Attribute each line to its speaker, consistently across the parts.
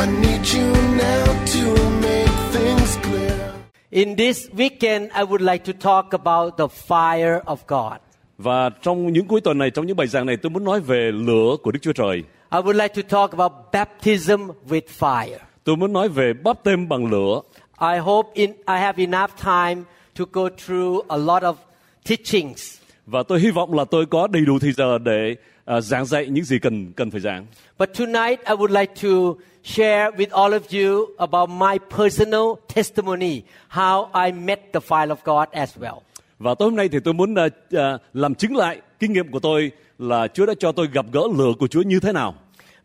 Speaker 1: I need you now to make things clear.
Speaker 2: In this weekend, I would like to talk about the fire of God.
Speaker 3: Và trong những cuối tuần này, trong những bài giảng này, tôi muốn nói về lửa của Đức Chúa Trời.
Speaker 2: I would like to talk about baptism with fire.
Speaker 3: Tôi muốn nói về bắp tem bằng lửa.
Speaker 2: I hope in, I have enough time to go through a lot of teachings.
Speaker 3: Và tôi hy vọng là tôi có đầy đủ thời giờ để à, giảng dạy những gì cần cần phải giảng.
Speaker 2: But tonight, I would like to share with all of you about my personal testimony, how I met the fire of God as well.
Speaker 3: Và tối hôm nay thì tôi muốn à, à, làm chứng lại kinh nghiệm của tôi là Chúa đã cho tôi gặp gỡ lửa của Chúa như thế nào.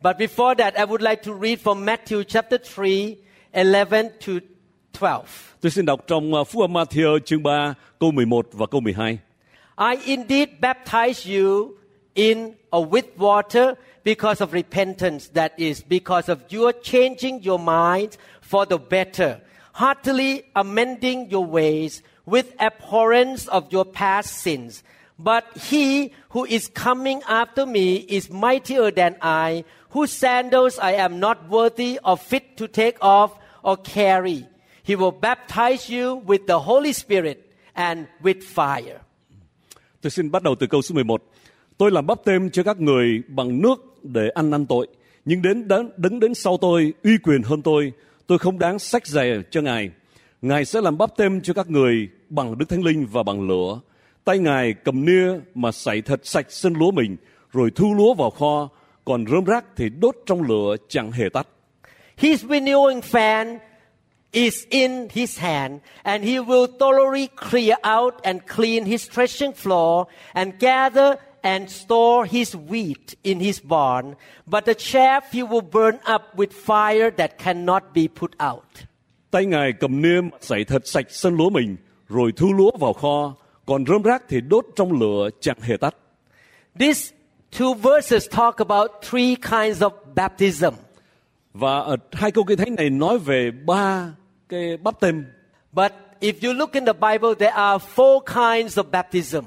Speaker 2: But before that, I would like to read from Matthew chapter 3, 11 to 12.
Speaker 3: Tôi xin đọc trong à, Phúc âm Matthew chương 3 câu 11 và câu 12.
Speaker 2: I indeed baptize you in or with water because of repentance, that is, because of your changing your mind for the better, heartily amending your ways with abhorrence of your past sins. But he who is coming after me is mightier than I, whose sandals I am not worthy or fit to take off or carry. He will baptize you with the Holy Spirit and with fire.
Speaker 3: Tôi xin bắt đầu từ câu số 11. Tôi làm bắp tem cho các người bằng nước để ăn năn tội. Nhưng đến đến- đứng đến sau tôi, uy quyền hơn tôi, tôi không đáng sách giày cho Ngài. Ngài sẽ làm bắp tem cho các người bằng Đức Thánh Linh và bằng lửa. Tay Ngài cầm nia mà sảy thật sạch sân lúa mình, rồi thu lúa vào kho, còn rơm rác thì đốt trong lửa chẳng hề tắt.
Speaker 2: His renewing fan is in his hand, and he will thoroughly clear out and clean his threshing floor, and gather and store his wheat in his barn. But the chaff he will burn up with fire that cannot be put out.
Speaker 3: Tay ngài cầm niêm sảy thật sạch sân lúa mình, rồi thu lúa vào kho, còn rơm rác thì đốt trong lửa chẳng hề tắt.
Speaker 2: These two verses talk about three kinds of baptism.
Speaker 3: Và ở hai câu kinh thánh này nói về ba cái bắp tem.
Speaker 2: But if you look in the Bible, there are four kinds of baptism.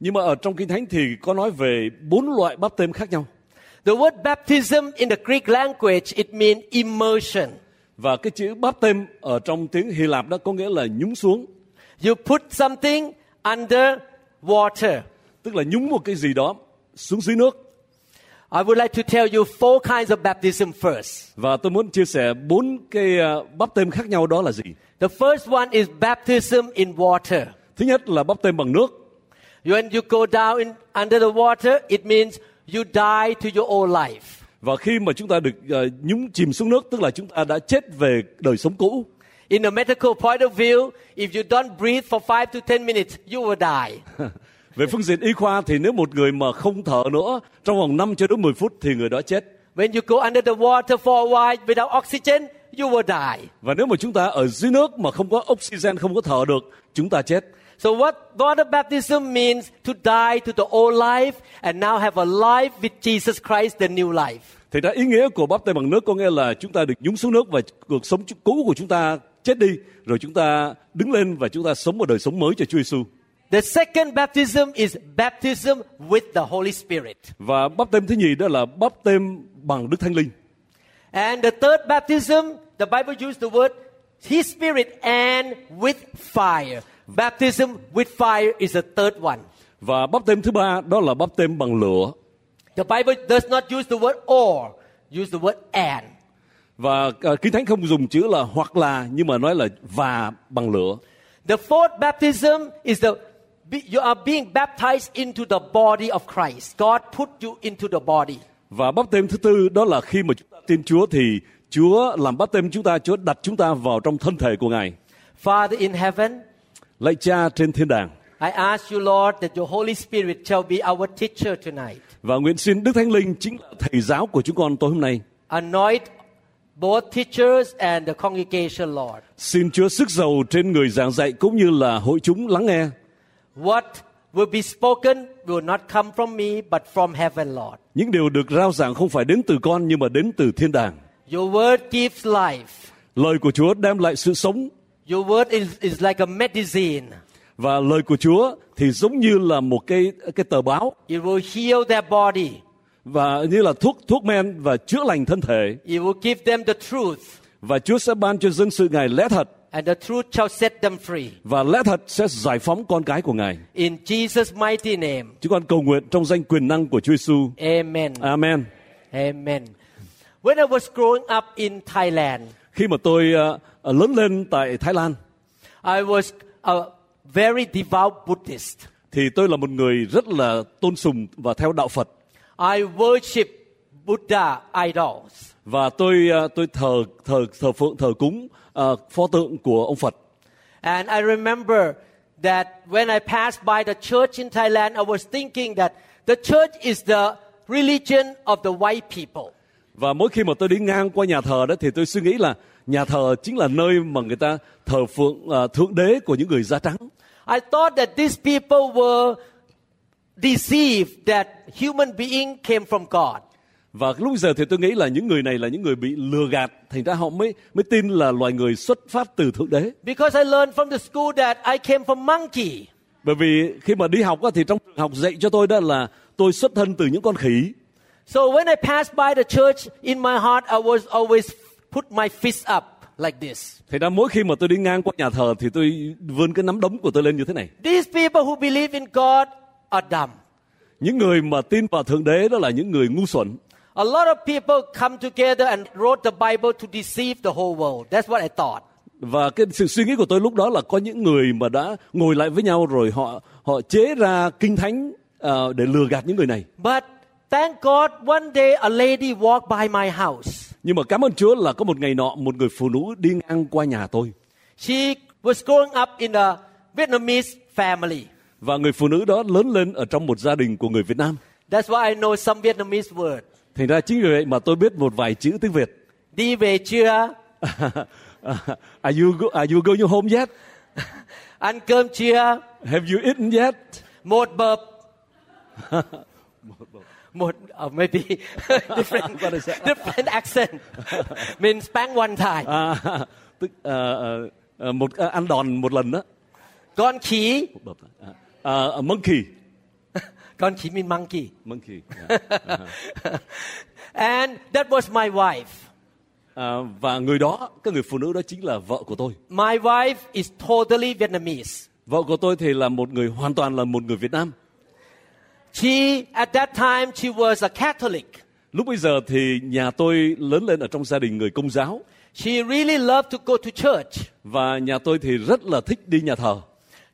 Speaker 3: Nhưng mà ở trong kinh thánh thì có nói về bốn loại bắp tem khác nhau.
Speaker 2: The word baptism in the Greek language, it means immersion.
Speaker 3: Và cái chữ bắp tem ở trong tiếng Hy Lạp đó có nghĩa là nhúng xuống,
Speaker 2: You put something under water.
Speaker 3: tức là nhúng một cái gì đó xuống dưới nước.
Speaker 2: I would like to tell you four kinds of baptism first.
Speaker 3: Và tôi muốn chia sẻ bốn cái à, bắp tem khác nhau đó là gì.
Speaker 2: The first one is baptism in water.
Speaker 3: Thứ nhất là bắp tem bằng nước.
Speaker 2: When you go down in, under the water, it means you die to your old life.
Speaker 3: Và khi mà chúng ta được à, nhúng chìm xuống nước tức là chúng ta đã chết về đời sống cũ.
Speaker 2: In a medical point of view, if you don't breathe for five to ten minutes, you will die.
Speaker 3: Về phương diện y khoa thì nếu một người mà không thở nữa trong vòng 5 cho đến 10 phút thì người đó chết.
Speaker 2: When you go under the water for a while without oxygen, you will die.
Speaker 3: Và nếu mà chúng ta ở dưới nước mà không có oxygen, không có thở được, chúng ta chết.
Speaker 2: So what water baptism means to die to the old life and now have a life with Jesus Christ, the new life.
Speaker 3: Thì ra ý nghĩa của bắp tay bằng nước có nghĩa là chúng ta được nhúng xuống nước và cuộc sống chu- cũ của chúng ta chết đi, rồi chúng ta đứng lên và chúng ta sống một đời sống mới cho Chúa Giêsu.
Speaker 2: The second baptism is baptism with the Holy Spirit.
Speaker 3: Và bắp tem thứ nhì đó là bắp tem bằng Đức Thánh Linh.
Speaker 2: And the third baptism, the Bible uses the word His Spirit and with fire. Baptism with fire is the third one.
Speaker 3: Và bắp tem thứ ba đó là bắp tem bằng lửa.
Speaker 2: The Bible does not use the word or, use the word and.
Speaker 3: Và à, Kinh Thánh không dùng chữ là hoặc là nhưng mà nói là và bằng lửa.
Speaker 2: The fourth baptism is the be- you are being baptized into the body of Christ. God put you into the body.
Speaker 3: Và bắp tem thứ tư đó là khi mà chúng ta tin Chúa thì Chúa làm bắp tem chúng ta, Chúa đặt chúng ta vào trong thân thể của Ngài.
Speaker 2: Father in heaven,
Speaker 3: Lạy cha trên thiên đàng
Speaker 2: I ask you, Lord, that your Holy Spirit shall be our teacher tonight.
Speaker 3: và nguyện xin Đức Thánh Linh chính là thầy giáo của chúng con tối hôm nay.
Speaker 2: Anoint both teachers and the congregation, Lord.
Speaker 3: Xin Chúa sức giàu trên người giảng dạy cũng như là hội chúng lắng nghe.
Speaker 2: What will be spoken will not come from me, but from heaven, Lord.
Speaker 3: Những điều được rao giảng không phải đến từ con nhưng mà đến từ thiên đàng.
Speaker 2: Your word gives life.
Speaker 3: Lời của Chúa đem lại sự sống
Speaker 2: Your word is, is like a medicine.
Speaker 3: và lời của Chúa thì giống như là một cái cái tờ báo
Speaker 2: It will heal their body.
Speaker 3: và như là thuốc thuốc men và chữa lành thân thể
Speaker 2: It will give them the truth,
Speaker 3: và Chúa sẽ ban cho dân sự Ngài lẽ thật
Speaker 2: and the truth shall set them free.
Speaker 3: và lẽ thật sẽ giải phóng con cái của Ngài.
Speaker 2: In Jesus' mighty name.
Speaker 3: Chúng con cầu nguyện trong danh quyền năng của Chúa Giêsu.
Speaker 2: Amen.
Speaker 3: Amen.
Speaker 2: Amen. When I was growing up in Thailand,
Speaker 3: Khi mà tôi ờ, ờ, lớn lên tại Thái Lan
Speaker 2: I was a very devout Buddhist.
Speaker 3: thì tôi là một người rất là tôn sùng và theo đạo Phật
Speaker 2: I worship Buddha idols.
Speaker 3: và tôi ờ, tôi thờ thờ thờ phượng thờ cúng ờ, pho tượng của ông Phật.
Speaker 2: And I remember that when I passed by the church in Thailand, I was thinking that the church is the religion of the white people.
Speaker 3: Và mỗi khi mà tôi đi ngang qua nhà thờ đó thì tôi suy nghĩ là nhà thờ chính là nơi mà người ta thờ phượng ờ, thượng đế của những người da trắng.
Speaker 2: I thought that these people were deceived that human being came from God.
Speaker 3: Và lúc giờ thì tôi nghĩ là những người này là những người bị lừa gạt, thành ra họ mới mới tin là loài người xuất phát từ thượng đế.
Speaker 2: Because I learned from the school that I came from monkey.
Speaker 3: Bởi vì khi mà đi học á, thì trong trường học dạy cho tôi đó là tôi xuất thân từ những con khỉ.
Speaker 2: So when I passed by the church, in my heart, I was always put my fist up like this.
Speaker 3: Thành ra mỗi khi mà tôi đi ngang qua nhà thờ thì tôi vươn cái nắm đấm của tôi lên như thế này.
Speaker 2: These people who believe in God are dumb.
Speaker 3: Những người mà tin vào thượng đế đó là những người ngu xuẩn.
Speaker 2: A lot of people come together and wrote the Bible to deceive the whole world. That's what I thought.
Speaker 3: Và cái sự suy nghĩ của tôi lúc đó là có những người mà đã ngồi lại với nhau rồi họ họ chế ra kinh thánh ờ, để lừa gạt những người này.
Speaker 2: But thank God, one day a lady walked by my house.
Speaker 3: Nhưng mà cảm ơn Chúa là có một ngày nọ một người phụ nữ đi ngang qua nhà tôi.
Speaker 2: She was growing up in a Vietnamese family.
Speaker 3: Và người phụ nữ đó lớn lên ở trong một gia đình của người Việt Nam.
Speaker 2: That's why I know some Vietnamese word.
Speaker 3: Thành ra chính vì vậy mà tôi biết một vài chữ tiếng Việt.
Speaker 2: Đi về chưa?
Speaker 3: are you go, are you going home yet?
Speaker 2: Ăn cơm chưa?
Speaker 3: Have you eaten yet?
Speaker 2: Một bập. Một uh, maybe different
Speaker 3: What is that?
Speaker 2: different accent means bang one time.
Speaker 3: À, tức à, à, à, một à, ăn đòn một lần đó.
Speaker 2: Con khí,
Speaker 3: À, à, monkey,
Speaker 2: con khí mean monkey.
Speaker 3: monkey. dạ. yeah.
Speaker 2: and that was my wife.
Speaker 3: À, và người đó, cái người phụ nữ đó chính là vợ của tôi.
Speaker 2: My wife is totally Vietnamese.
Speaker 3: Vợ của tôi thì là một người hoàn toàn là một người Việt Nam.
Speaker 2: She at that time she was a Catholic.
Speaker 3: Lúc bây giờ thì nhà tôi lớn lên ở trong gia đình người công giáo
Speaker 2: She really loved to go to church.
Speaker 3: và nhà tôi thì rất là thích đi nhà thờ.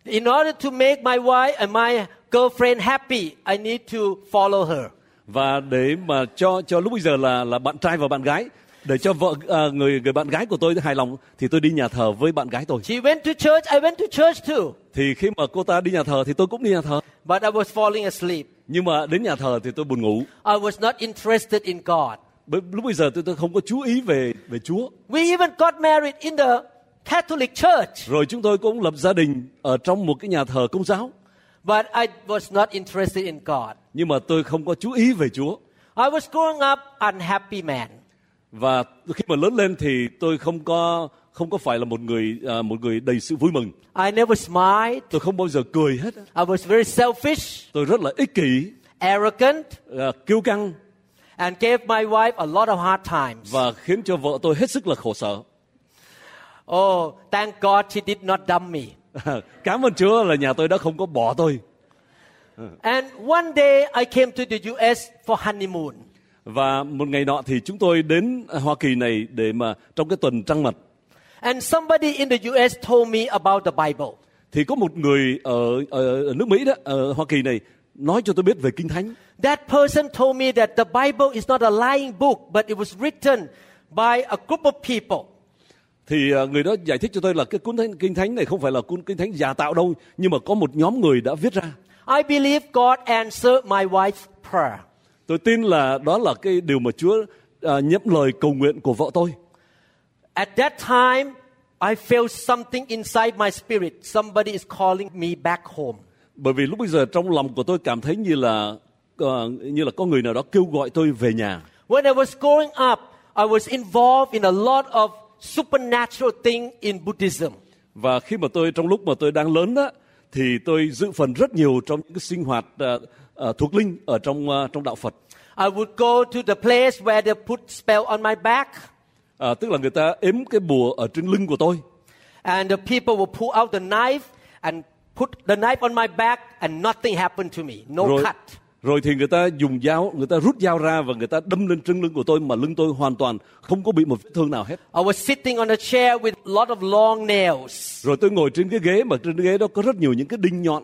Speaker 2: In order to make my wife and my girlfriend happy, I need to follow her.
Speaker 3: và để mà cho cho lúc bây giờ là là bạn trai và bạn gái để cho vợ à, người người bạn gái của tôi hài lòng thì tôi đi nhà thờ với bạn gái tôi
Speaker 2: She went to church, I went to church too.
Speaker 3: thì khi mà cô ta đi nhà thờ thì tôi cũng đi nhà thờ
Speaker 2: But I was falling asleep.
Speaker 3: nhưng mà đến nhà thờ thì tôi buồn ngủ
Speaker 2: I was not interested in God.
Speaker 3: Bởi- lúc bây giờ tôi tôi không có chú ý về về Chúa
Speaker 2: We even got married in the Catholic church,
Speaker 3: rồi chúng tôi cũng lập gia đình ở trong một cái nhà thờ công giáo
Speaker 2: but I was not interested in God.
Speaker 3: nhưng mà tôi không có chú ý về Chúa
Speaker 2: I was growing up unhappy man.
Speaker 3: và khi mà lớn lên thì tôi không có không có phải là một người à, một người đầy sự vui mừng
Speaker 2: I never smiled.
Speaker 3: tôi không bao giờ cười hết
Speaker 2: I was very selfish,
Speaker 3: tôi rất là ích kỷ
Speaker 2: arrogant,
Speaker 3: à, kiêu căng
Speaker 2: and gave my wife a lot of hard times.
Speaker 3: và khiến cho vợ tôi hết sức là khổ sở.
Speaker 2: Oh, thank God she did not dump me.
Speaker 3: Cảm ơn Chúa là nhà tôi đã không có bỏ tôi.
Speaker 2: And one day I came to the US for honeymoon.
Speaker 3: Và một ngày nọ thì chúng tôi đến Hoa Kỳ này để mà trong cái tuần trăng mật
Speaker 2: And somebody in the US told me about the Bible.
Speaker 3: thì có một người ở, ở ở nước Mỹ đó, ở Hoa Kỳ này nói cho tôi biết về Kinh Thánh.
Speaker 2: That person told me that the Bible is not a lying book, but it was written by a group of people.
Speaker 3: Thì ờ, người đó giải thích cho tôi là cái cuốn thánh, Kinh Thánh này không phải là cuốn Kinh Thánh giả tạo đâu, nhưng mà có một nhóm người đã viết ra.
Speaker 2: I believe God answered my wife's prayer.
Speaker 3: à, Tôi tin là đó là cái điều mà Chúa ờ, nhậm lời cầu nguyện của vợ tôi.
Speaker 2: At that time, I felt something inside my spirit. Somebody is calling me back home.
Speaker 3: Bởi vì lúc bây giờ trong lòng của tôi cảm thấy như là ờ, như là có người nào đó kêu gọi tôi về nhà.
Speaker 2: When I was growing up, I was involved in a lot of supernatural thing in Buddhism.
Speaker 3: Và khi mà tôi trong lúc mà tôi đang lớn đó thì tôi dự phần rất nhiều trong những cái sinh hoạt ờ, ờ, thuộc linh ở trong ờ, trong đạo Phật.
Speaker 2: I would go to the place where they put spell on my back,
Speaker 3: Ờ, tức là người ta ếm cái bùa ở trên lưng của tôi
Speaker 2: and the people would pull out the knife and put the knife on my back, and nothing happened to me. No
Speaker 3: rồi
Speaker 2: cut.
Speaker 3: rồi thì người ta dùng dao người ta rút dao ra và người ta đâm lên trên lưng của tôi mà lưng tôi hoàn toàn không có bị một vết thương nào hết
Speaker 2: I was sitting on a chair with a lot of long nails,
Speaker 3: rồi tôi ngồi trên cái ghế mà trên cái ghế đó có rất nhiều những cái đinh nhọn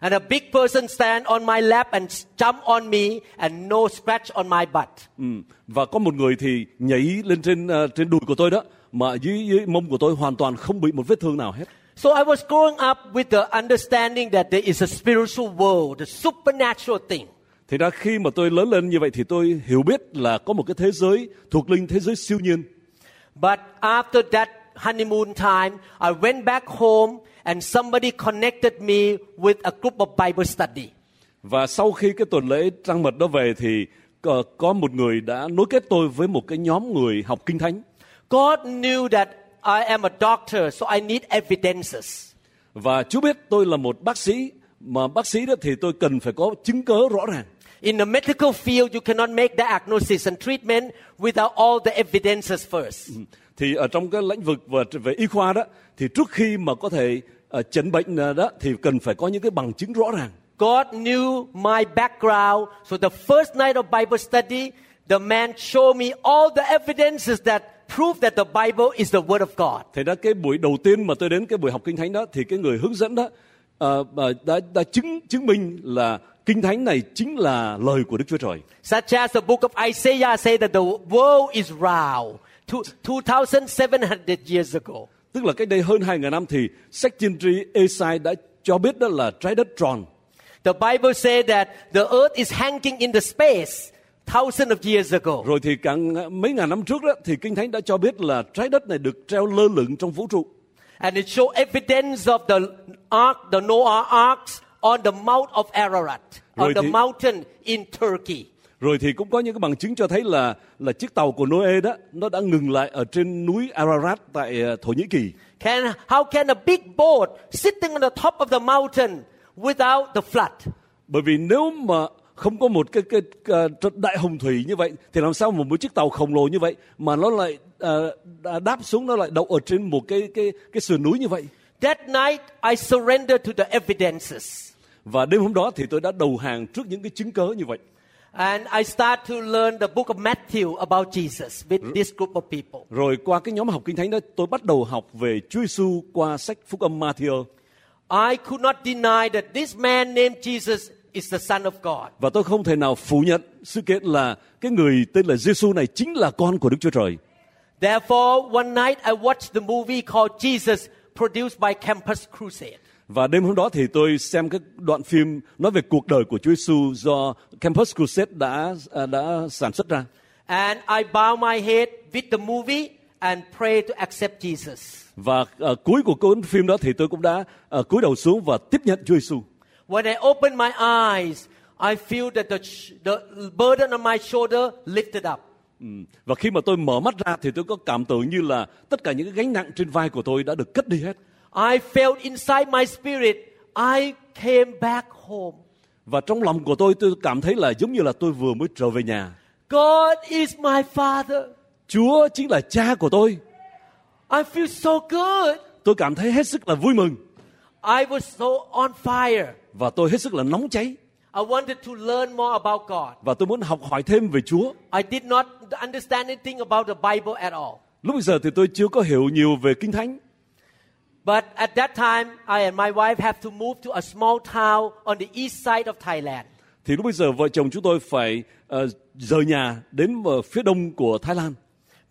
Speaker 2: and a big person stand on my lap and jump on me, and no scratch on my butt.
Speaker 3: ừ. và có một người thì nhảy lên trên ờ, trên đùi của tôi đó mà ở dưới, dưới mông của tôi hoàn toàn không bị một vết thương nào hết
Speaker 2: So I was growing up with the understanding that there is a spiritual world, a supernatural thing.
Speaker 3: thì ra khi mà tôi lớn lên như vậy thì tôi hiểu biết là có một cái thế giới thuộc linh thế giới siêu nhiên
Speaker 2: But after that honeymoon time, I went back home and somebody connected me with a group of Bible study.
Speaker 3: Và sau khi cái tuần lễ trăng mật đó về thì có, có một người đã nối kết tôi với một cái nhóm người học kinh thánh
Speaker 2: God knew that I am a doctor, so I need evidences.
Speaker 3: và Chúa biết tôi là một bác sĩ mà bác sĩ đó thì tôi cần phải có chứng cớ rõ ràng.
Speaker 2: In the medical field, you cannot make diagnosis and treatment without all the evidences first.
Speaker 3: Thì ở trong cái lĩnh vực về, về y khoa đó thì trước khi mà có thể ờ, chẩn bệnh ờ, đó thì cần phải có những cái bằng chứng rõ ràng.
Speaker 2: God knew my background. So the first night of Bible study, the man showed me all the evidences that prove that the Bible is the Word of God.
Speaker 3: Thì đó cái buổi đầu tiên mà tôi đến cái buổi học kinh thánh đó thì cái người hướng dẫn đó ờ, ờ, đã đã chứng chứng minh là kinh thánh này chính là lời của Đức Chúa Trời.
Speaker 2: Such as the book of Isaiah say that the world is round two- 2,700 years ago.
Speaker 3: Tức là cách đây hơn 2.000 năm thì sách tiên tri Esai đã cho biết đó là trái đất tròn.
Speaker 2: The Bible say that the earth is hanging in the space thousands of years ago.
Speaker 3: Rồi thì càng mấy ngàn năm trước đó thì Kinh Thánh đã cho biết là trái đất này được treo lơ lửng trong vũ trụ.
Speaker 2: And it show evidence of the ark, the Noah arks on the Mount of Ararat,
Speaker 3: Rồi
Speaker 2: on the
Speaker 3: thì-
Speaker 2: mountain in Turkey.
Speaker 3: Rồi thì cũng có những cái bằng chứng cho thấy là là chiếc tàu của Noe đó nó đã ngừng lại ở trên núi Ararat tại ờ, Thổ Nhĩ Kỳ.
Speaker 2: Can, how can a big boat sitting on the top of the mountain without the flood?
Speaker 3: Bởi vì nếu mà không có một cái cái, ờ, trận đại hồng thủy như vậy thì làm sao mà một chiếc tàu khổng lồ như vậy mà nó lại ờ, đã đáp xuống nó lại đậu ở trên một cái cái cái sườn núi như vậy.
Speaker 2: That night, I surrendered to the evidences.
Speaker 3: Và đêm hôm đó thì tôi đã đầu hàng trước những cái chứng cớ như vậy.
Speaker 2: And I start to learn the book of Matthew about Jesus with this group of people.
Speaker 3: Rồi qua cái nhóm học kinh thánh đó tôi bắt đầu học về Chúa Giêsu qua sách Phúc âm Matthew
Speaker 2: I could not deny that this man named Jesus is the Son of God.
Speaker 3: và tôi không thể nào phủ nhận sự kiện là cái người tên là Giêsu này chính là con của Đức Chúa Trời.
Speaker 2: Therefore, one night I watched the movie called Jesus produced by Campus Crusade.
Speaker 3: Và đêm hôm đó thì tôi xem các đoạn phim nói về cuộc đời của Chúa Giêsu do Campus Crusade đã à, đã sản xuất ra.
Speaker 2: And I bow my head with the movie and pray to accept Jesus.
Speaker 3: Và à, cuối của cuốn phim đó thì tôi cũng đã à, cúi đầu xuống và tiếp nhận Chúa Giêsu.
Speaker 2: When I open my eyes, I feel that the, sh- the burden on my shoulder lifted up.
Speaker 3: Ừ. Và khi mà tôi mở mắt ra thì tôi có cảm tưởng như là tất cả những cái gánh nặng trên vai của tôi đã được cất đi hết.
Speaker 2: I felt inside my spirit, I came back home.
Speaker 3: Và trong lòng của tôi tôi cảm thấy là giống như là tôi vừa mới trở về nhà.
Speaker 2: God is my father.
Speaker 3: Chúa chính là cha của tôi.
Speaker 2: I feel so good.
Speaker 3: Tôi cảm thấy hết sức là vui mừng
Speaker 2: I was so on fire.
Speaker 3: và tôi hết sức là nóng cháy
Speaker 2: I wanted to learn more about God.
Speaker 3: và tôi muốn học hỏi thêm về Chúa.
Speaker 2: I did not understand anything about the Bible at all.
Speaker 3: Lúc bây giờ thì tôi chưa có hiểu nhiều về Kinh Thánh.
Speaker 2: But at that time, I and my wife have to move to a small town on the east side of Thailand.
Speaker 3: Thì lúc bây giờ vợ chồng chúng tôi phải ờ, rời nhà đến ở phía đông của Thái Lan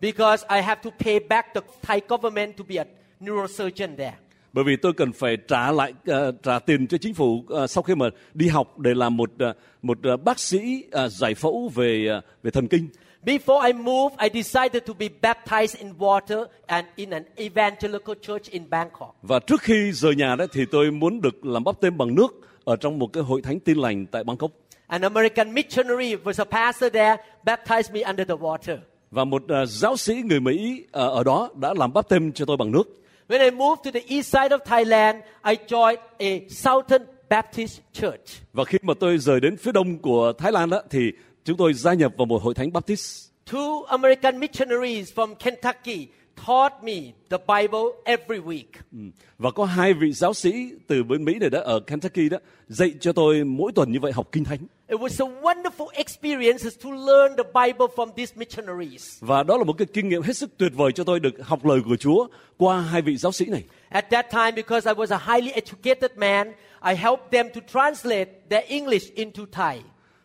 Speaker 2: Because I have to pay back the Thai government to be a neurosurgeon there.
Speaker 3: bởi vì tôi cần phải trả lại ờ, trả tiền cho chính phủ ờ, sau khi mà đi học để làm một ờ, một ờ, bác sĩ ờ, giải phẫu về ờ, về thần kinh.
Speaker 2: Before I moved, I decided to be baptized in water and in an evangelical church in Bangkok.
Speaker 3: Và trước khi rời nhà đấy thì tôi muốn được làm bắp tên bằng nước ở trong một cái hội thánh tin lành tại Bangkok.
Speaker 2: An American missionary was a pastor there, baptized me under the water.
Speaker 3: Và một à, giáo sĩ người Mỹ à, ở đó đã làm bắp tên cho tôi bằng nước.
Speaker 2: When I moved to the east side of Thailand, I joined a Southern Baptist church.
Speaker 3: Và khi mà tôi rời đến phía đông của Thái Lan đó thì chúng tôi gia nhập vào một hội thánh Baptist.
Speaker 2: Two American missionaries from Kentucky taught me the Bible every week.
Speaker 3: Ừ. Và có hai vị giáo sĩ từ bên Mỹ này đó ở Kentucky đó dạy cho tôi mỗi tuần như vậy học kinh thánh.
Speaker 2: It was a wonderful experience to learn the Bible from these missionaries.
Speaker 3: Và đó là một cái kinh nghiệm hết sức tuyệt vời cho tôi được học lời của Chúa qua hai vị giáo sĩ này.
Speaker 2: At that time, because I was a highly educated man, I helped them to translate their English into Thai.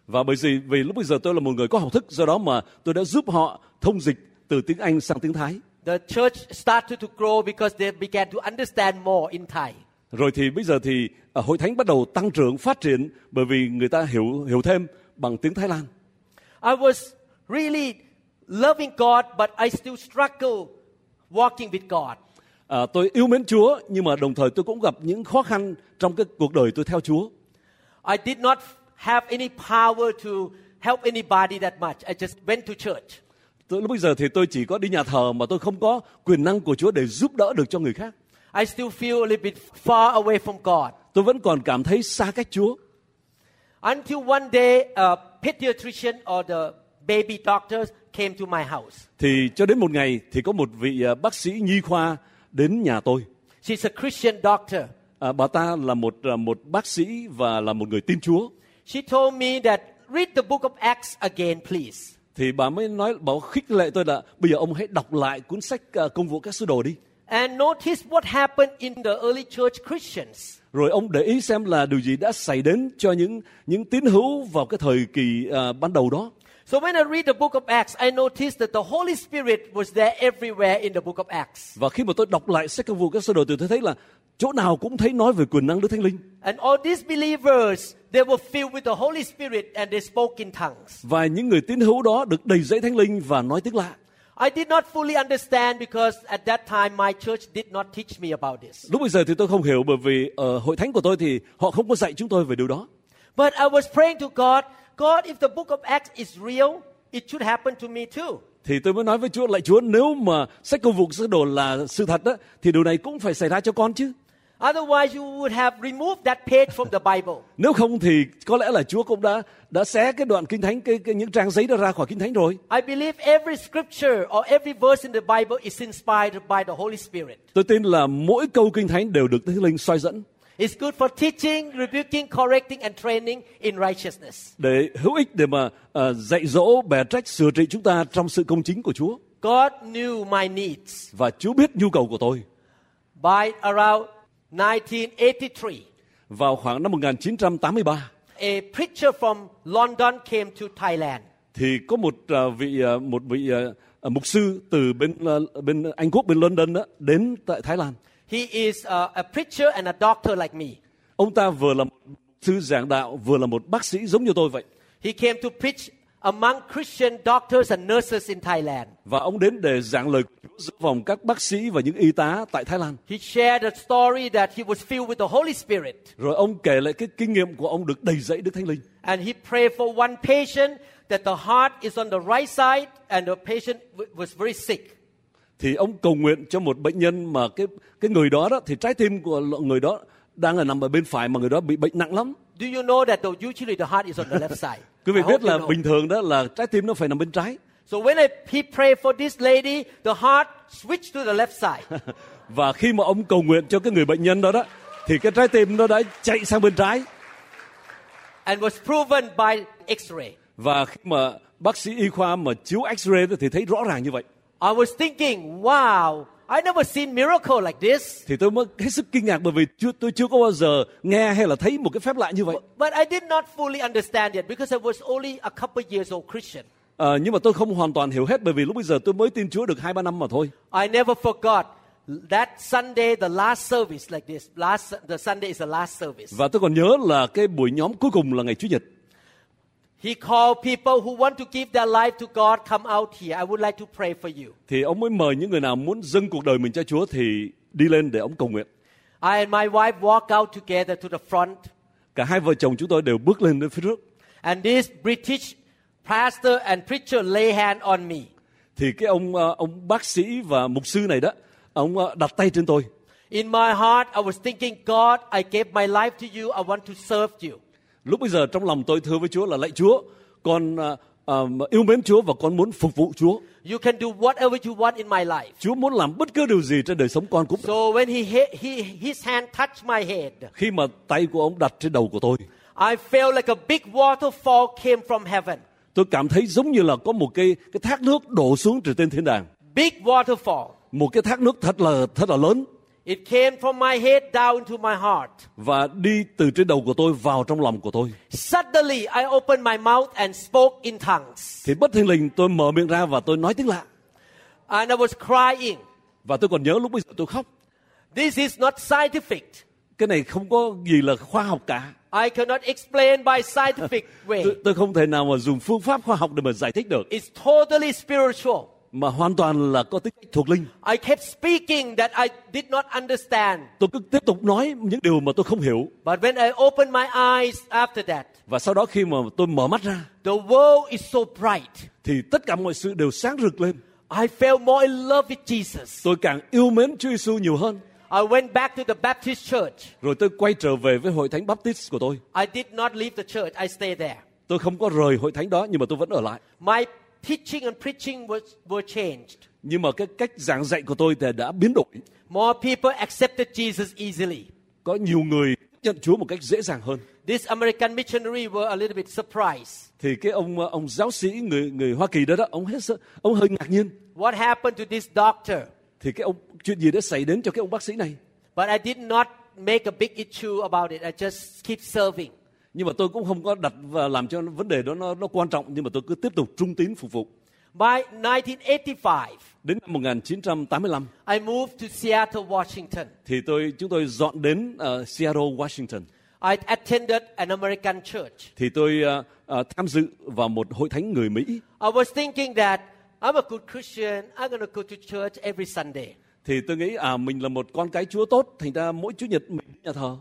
Speaker 3: Và bởi vì vì lúc bây giờ tôi là một người có học thức do đó mà tôi đã giúp họ thông dịch từ tiếng Anh sang tiếng Thái.
Speaker 2: The church started to grow because they began to understand more in Thai.
Speaker 3: Rồi thì bây giờ thì à, hội thánh bắt đầu tăng trưởng phát triển bởi vì người ta hiểu hiểu thêm bằng tiếng Thái Lan.
Speaker 2: I was really loving God, but I still struggle walking with God.
Speaker 3: À, tôi yêu mến Chúa nhưng mà đồng thời tôi cũng gặp những khó khăn trong cái cuộc đời tôi theo Chúa.
Speaker 2: I did not have any power to help anybody that much. I just went to church.
Speaker 3: Tôi, lúc bây giờ thì tôi chỉ có đi nhà thờ mà tôi không có quyền năng của Chúa để giúp đỡ được cho người khác.
Speaker 2: I still feel a little bit far away from God.
Speaker 3: Tôi vẫn còn cảm thấy xa cách Chúa.
Speaker 2: Until one day, a pediatrician or the baby doctors came to my house.
Speaker 3: Thì cho đến một ngày thì có một vị à, bác sĩ nhi khoa đến nhà tôi.
Speaker 2: She's a Christian doctor.
Speaker 3: À, bà ta là một à, một bác sĩ và là một người tin Chúa.
Speaker 2: She told me that read the book of Acts again, please.
Speaker 3: Thì bà mới nói bà khích lệ tôi là bây giờ ông hãy đọc lại cuốn sách à, Công vụ các sứ đồ đi.
Speaker 2: And notice what happened in the early church Christians.
Speaker 3: Rồi ông để ý xem là điều gì đã xảy đến cho những những tín hữu vào cái thời kỳ à, ban đầu đó.
Speaker 2: So when I read the book of Acts, I noticed that the Holy Spirit was there everywhere in the book of Acts.
Speaker 3: Và khi mà tôi đọc lại sách công vụ các sơ đồ thì tôi thấy là chỗ nào cũng thấy nói về quyền năng Đức Thánh Linh.
Speaker 2: And all these believers, they were filled with the Holy Spirit and they spoke in tongues.
Speaker 3: Và những người tín hữu đó được đầy dẫy Thánh Linh và nói tiếng lạ.
Speaker 2: I did not fully understand because at that time my church did not teach me about this.
Speaker 3: Lúc bây giờ thì tôi không hiểu bởi vì ở hội thánh của tôi thì họ không có dạy chúng tôi về điều đó.
Speaker 2: But I was praying to God, God, if the book of Acts is real, it should happen to me too.
Speaker 3: Thì tôi mới nói với Chúa, lạy Chúa nếu mà sách công vụ sơ đồ là sự thật đó, thì điều này cũng phải xảy ra cho con chứ.
Speaker 2: Otherwise, you would have removed that page from the Bible.
Speaker 3: Nếu không thì có lẽ là Chúa cũng đã đã xé cái đoạn kinh thánh cái, cái những trang giấy đó ra khỏi kinh thánh rồi.
Speaker 2: I believe every scripture or every verse in the Bible is inspired by the Holy Spirit.
Speaker 3: Tôi tin là mỗi câu kinh thánh đều được Thánh Linh soi dẫn
Speaker 2: It's good for teaching, rebuking, correcting, and training in righteousness.
Speaker 3: để hữu ích để mà à, dạy dỗ, bè trách, sửa trị chúng ta trong sự công chính của Chúa.
Speaker 2: God knew my needs.
Speaker 3: Và Chúa biết nhu cầu của tôi.
Speaker 2: By around 1983,
Speaker 3: Vào khoảng năm 1983
Speaker 2: a preacher from London came to Thailand.
Speaker 3: thì có một à, vị à, một vị à, à, mục sư từ bên à, bên Anh Quốc bên London đó đến tại Thái Lan.
Speaker 2: He is uh, a preacher and a doctor like me.
Speaker 3: Ông ta vừa là một sư giảng đạo vừa là một bác sĩ giống như tôi vậy.
Speaker 2: He came to preach among Christian doctors and nurses in Thailand.
Speaker 3: Và ông đến để giảng lời của Chúa giữa vòng các bác sĩ và những y tá tại Thái Lan.
Speaker 2: He shared a story that he was filled with the Holy Spirit
Speaker 3: Rồi ông kể lại cái kinh nghiệm của ông được đầy dẫy Đức Thánh Linh.
Speaker 2: and he prayed for one patient that the heart is on the right side and the patient w- was very sick.
Speaker 3: Thì ông cầu nguyện cho một bệnh nhân mà cái cái người đó đó thì trái tim của lo- người đó đang là nằm ở bên phải mà người đó bị bệnh nặng lắm.
Speaker 2: Do you know that though usually the heart is on the left side?
Speaker 3: Quý vị
Speaker 2: I hope
Speaker 3: biết
Speaker 2: you
Speaker 3: là
Speaker 2: know.
Speaker 3: bình thường đó là trái tim nó phải nằm bên trái.
Speaker 2: So when I, he prayed for this lady, the heart switched to the left side.
Speaker 3: Và khi mà ông cầu nguyện cho cái người bệnh nhân đó đó thì cái trái tim nó đã chạy sang bên trái
Speaker 2: and was proven by x-ray.
Speaker 3: và khi mà bác sĩ y khoa mà chiếu x-ray đó thì thấy rõ ràng như vậy.
Speaker 2: I was thinking, wow, I never seen miracle like this.
Speaker 3: Thì tôi mới hết sức kinh ngạc bởi vì chưa, tôi chưa có bao giờ nghe hay là thấy một cái phép lạ như vậy.
Speaker 2: But I did not fully understand it because I was only a couple years old Christian.
Speaker 3: Ờ, nhưng mà tôi không hoàn toàn hiểu hết bởi vì lúc bây giờ tôi mới tin Chúa được hai ba năm mà thôi.
Speaker 2: I never forgot that Sunday, the last service like this. Last, the Sunday is the last service.
Speaker 3: Và tôi còn nhớ là cái buổi nhóm cuối cùng là ngày Chủ nhật.
Speaker 2: He called people who want to give their life to God, come out here. I would like to pray for you.
Speaker 3: thì ông mới mời những người nào muốn dâng cuộc đời mình cho Chúa thì đi lên để ông cầu nguyện.
Speaker 2: I and my wife walk out together to the front.
Speaker 3: Cả hai vợ chồng chúng tôi đều bước lên đến phía trước.
Speaker 2: And this British pastor and preacher lay hand on me.
Speaker 3: Thì cái ông ờ, ông bác sĩ và mục sư này đó, ông ờ, đặt tay trên tôi.
Speaker 2: In my heart, I was thinking, God, I gave my life to you. I want to serve you.
Speaker 3: Lúc bây giờ trong lòng tôi thưa với Chúa là lạy Chúa, con ờ, ờ, yêu mến Chúa và con muốn phục vụ Chúa.
Speaker 2: You can do whatever you want in my life.
Speaker 3: Chúa muốn làm bất cứ điều gì trên đời sống con cũng. được.
Speaker 2: So when he, he, he, his hand touched my head,
Speaker 3: Khi mà tay của ông đặt trên đầu của tôi,
Speaker 2: I felt like a big waterfall came from heaven.
Speaker 3: tôi cảm thấy giống như là có một cái cái thác nước đổ xuống từ trên thiên đàng,
Speaker 2: Big waterfall.
Speaker 3: một cái thác nước thật là thật là lớn
Speaker 2: It came from my head down into my heart.
Speaker 3: và đi từ trên đầu của tôi vào trong lòng của tôi.
Speaker 2: Suddenly, I opened my mouth and spoke in tongues.
Speaker 3: thì bất thình lình tôi mở miệng ra và tôi nói tiếng lạ
Speaker 2: And I was crying.
Speaker 3: và tôi còn nhớ lúc bây giờ tôi khóc
Speaker 2: This is not scientific.
Speaker 3: cái này không có gì là khoa học cả
Speaker 2: I cannot explain by scientific way.
Speaker 3: tôi, tôi không thể nào mà dùng phương pháp khoa học để mà giải thích được
Speaker 2: It's totally spiritual.
Speaker 3: mà hoàn toàn là có tính cách thuộc linh
Speaker 2: I kept speaking that I did not understand.
Speaker 3: tôi cứ tiếp tục nói những điều mà tôi không hiểu
Speaker 2: But when I opened my eyes after that,
Speaker 3: và sau đó khi mà tôi mở mắt ra
Speaker 2: the world is so bright.
Speaker 3: thì tất cả mọi sự đều sáng rực lên
Speaker 2: I fell more in love with Jesus.
Speaker 3: tôi càng yêu mến Chúa Giêsu nhiều hơn
Speaker 2: I went back to the Baptist church.
Speaker 3: rồi tôi quay trở về với hội thánh Baptist của tôi
Speaker 2: I did not leave the church. I stayed there.
Speaker 3: tôi không có rời hội thánh đó nhưng mà tôi vẫn ở lại
Speaker 2: My teaching and preaching was, were changed.
Speaker 3: nhưng mà cái cách giảng dạy của tôi thì đã biến đổi
Speaker 2: More people accepted Jesus easily.
Speaker 3: có nhiều người nhận Chúa một cách dễ dàng hơn
Speaker 2: These American missionary were a little bit surprised.
Speaker 3: thì cái ông ông giáo sĩ người người Hoa Kỳ đó đó ông hết sức- ông hơi ngạc nhiên
Speaker 2: What happened to this doctor?
Speaker 3: thì cái ông chuyện gì đã xảy đến cho cái ông bác sĩ này
Speaker 2: But I did not make a big issue about it. I just keep serving.
Speaker 3: nhưng mà tôi cũng không có đặt và làm cho vấn đề đó nó nó quan trọng nhưng mà tôi cứ tiếp tục trung tín phục vụ
Speaker 2: By 1985,
Speaker 3: đến năm 1985
Speaker 2: I moved to Seattle, Washington.
Speaker 3: thì tôi chúng tôi dọn đến ờ, Seattle Washington
Speaker 2: I attended an American church.
Speaker 3: thì tôi ờ, ờ, tham dự vào một hội thánh người Mỹ
Speaker 2: I was thinking that I'm a good Christian. I'm going to go to church every Sunday.
Speaker 3: thì tôi nghĩ à mình là một con cái Chúa tốt thành ra mỗi chủ nhật mình đến nhà thờ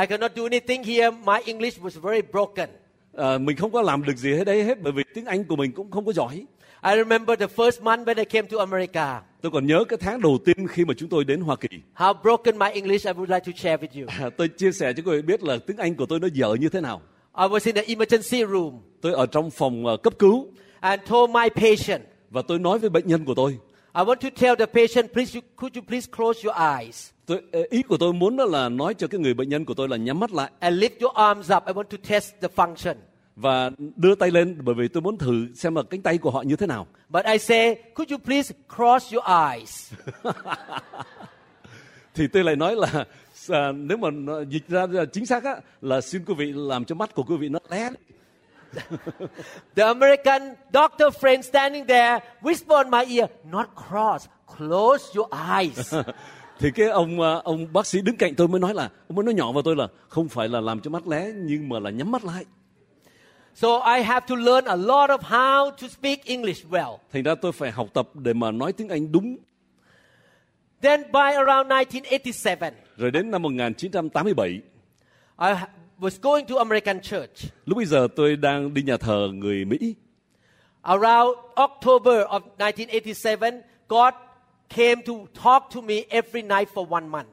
Speaker 2: I cannot do anything here. My English was very broken.
Speaker 3: Ờ, mình không có làm được gì hết đấy hết bởi vì tiếng Anh của mình cũng không có giỏi
Speaker 2: I remember the first month when I came to America,
Speaker 3: Tôi còn nhớ cái tháng đầu tiên khi mà chúng tôi đến Hoa Kỳ.
Speaker 2: how broken my English I would like to share with you.
Speaker 3: À, Tôi chia sẻ cho quý vị biết là tiếng Anh của tôi nó dở như thế nào.
Speaker 2: I was in the emergency room
Speaker 3: Tôi ở trong phòng ờ, cấp cứu
Speaker 2: and told my patient,
Speaker 3: và tôi nói với bệnh nhân của tôi.
Speaker 2: I want to tell the patient, please, you, could you please close your eyes
Speaker 3: tôi ờ, ý của tôi muốn đó là nói cho cái người bệnh nhân của tôi là nhắm mắt lại
Speaker 2: and lift your arms up? I want to test the function.
Speaker 3: và đưa tay lên bởi vì tôi muốn thử xem là cánh tay của họ như thế nào.
Speaker 2: But I say, could you please cross your eyes?
Speaker 3: Thì tôi lại nói là à, nếu mà nó dịch ra là chính xác á, là xin quý vị làm cho mắt của quý vị nó lé.
Speaker 2: The American doctor friend standing there whispered in my ear, not cross, close your eyes.
Speaker 3: Thì cái ông ờ, ông bác sĩ đứng cạnh tôi mới nói là ông mới nói nhỏ vào tôi là không phải là làm cho mắt lé nhưng mà là nhắm mắt lại.
Speaker 2: so I have to learn a lot of how to speak English well.
Speaker 3: Thành ra tôi phải học tập để mà nói tiếng Anh đúng.
Speaker 2: Then by around 1987,
Speaker 3: Rồi đến năm 1987,
Speaker 2: I ha- was going to American church.
Speaker 3: lúc bây giờ tôi đang đi nhà thờ người Mỹ.
Speaker 2: Around October of 1987, God came to talk to me every night for one month.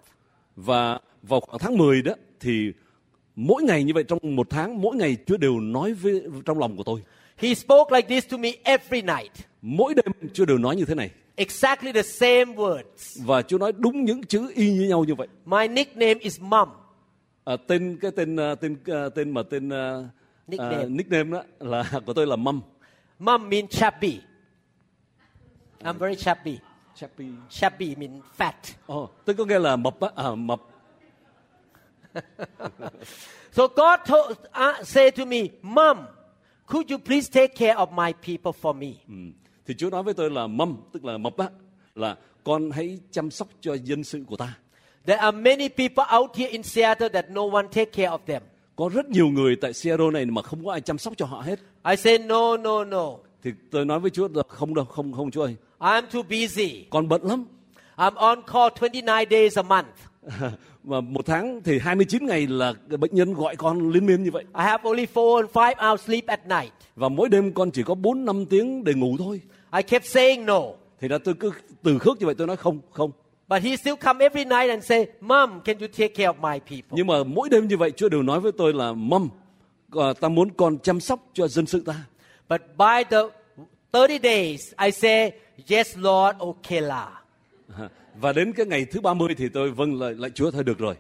Speaker 3: Và vào khoảng tháng 10 đó thì mỗi ngày như vậy trong một tháng, mỗi ngày Chúa đều nói với trong lòng của tôi.
Speaker 2: He spoke like this to me every night,
Speaker 3: Mỗi đêm Chúa đều nói như thế này.
Speaker 2: exactly the same words.
Speaker 3: Và Chúa nói đúng những chữ y như nhau như vậy.
Speaker 2: My nickname is Mom.
Speaker 3: À, tên cái tên à, tên à, tên mà tên à,
Speaker 2: Nickname.
Speaker 3: à, nickname đó là của tôi là Mâm.
Speaker 2: Mom means chubby. I'm very chubby.
Speaker 3: Chappy.
Speaker 2: Chubby means fat.
Speaker 3: Ồ, tôi có nghe là mập á, à, mập.
Speaker 2: So God told, uh, said to me, Mom, could you please take care of my people for me?
Speaker 3: Ừ. Thì Chúa nói với tôi là mâm, tức là mập á, là con hãy chăm sóc cho dân sự của ta.
Speaker 2: There are many people out here in Seattle that no one take care of them.
Speaker 3: Có rất nhiều người tại Sierra này mà không có ai chăm sóc cho họ hết.
Speaker 2: I said, No, no, no.
Speaker 3: Thì tôi nói với Chúa là không đâu, không không Chúa ơi,
Speaker 2: I'm too busy.
Speaker 3: con bận lắm.
Speaker 2: I'm on call 29 days a month.
Speaker 3: Mà một tháng thì 29 ngày là bệnh nhân gọi con liên miên như vậy.
Speaker 2: I have only four and five hours sleep at night.
Speaker 3: Và mỗi đêm con chỉ có 4 5 tiếng để ngủ thôi.
Speaker 2: I kept saying no.
Speaker 3: Thì là tôi cứ từ khước như vậy tôi nói không, không.
Speaker 2: But he still come every night and say, Mom, can you take care of my people?
Speaker 3: Nhưng mà mỗi đêm như vậy Chúa đều nói với tôi là mâm à, ta muốn con chăm sóc cho dân sự ta.
Speaker 2: But by the 30 days, I say, Yes, Lord, okay la.
Speaker 3: À, Và đến cái ngày thứ 30 thì tôi vâng lại, lại Chúa thôi được rồi.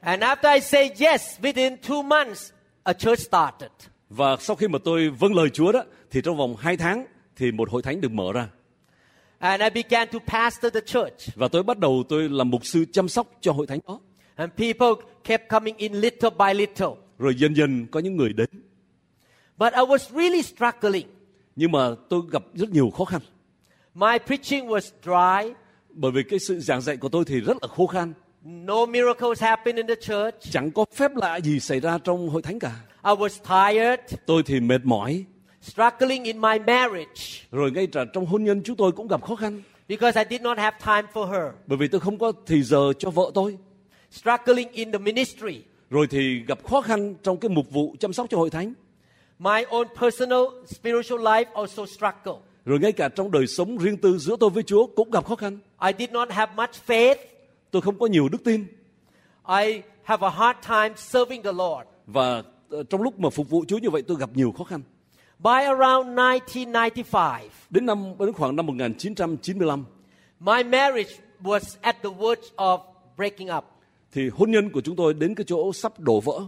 Speaker 2: And after I say yes, within two months, a church started.
Speaker 3: Và sau khi mà tôi vâng lời Chúa đó thì trong vòng 2 tháng thì một hội thánh được mở ra
Speaker 2: And I began to pastor the church.
Speaker 3: và tôi bắt đầu tôi làm mục sư chăm sóc cho hội thánh đó.
Speaker 2: And people kept coming in little by little.
Speaker 3: Rồi dần dần có những người đến
Speaker 2: But I was really struggling.
Speaker 3: nhưng mà tôi gặp rất nhiều khó khăn
Speaker 2: My preaching was dry.
Speaker 3: bởi vì cái sự giảng dạy của tôi thì rất là khô khan,
Speaker 2: No miracles happened in the church.
Speaker 3: chẳng có phép lạ gì xảy ra trong hội thánh cả.
Speaker 2: I was tired,
Speaker 3: Tôi thì mệt mỏi,
Speaker 2: struggling in my marriage
Speaker 3: rồi ngay cả trong hôn nhân chúng tôi cũng gặp khó khăn
Speaker 2: because I did not have time for her.
Speaker 3: bởi vì tôi không có thì giờ cho vợ tôi.
Speaker 2: Struggling in the ministry.
Speaker 3: Rồi thì gặp khó khăn trong cái mục vụ chăm sóc cho hội thánh.
Speaker 2: My own personal spiritual life also struggled.
Speaker 3: Rồi ngay cả trong đời sống riêng tư giữa tôi với Chúa cũng gặp khó khăn.
Speaker 2: I did not have much faith.
Speaker 3: Tôi không có nhiều đức tin
Speaker 2: I have a hard time serving the Lord.
Speaker 3: và ờ, trong lúc mà phục vụ Chúa như vậy tôi gặp nhiều khó khăn.
Speaker 2: By around 1995,
Speaker 3: Đến năm đến khoảng năm 1995
Speaker 2: my marriage was at the verge of breaking up.
Speaker 3: thì hôn nhân của chúng tôi đến cái chỗ sắp đổ vỡ.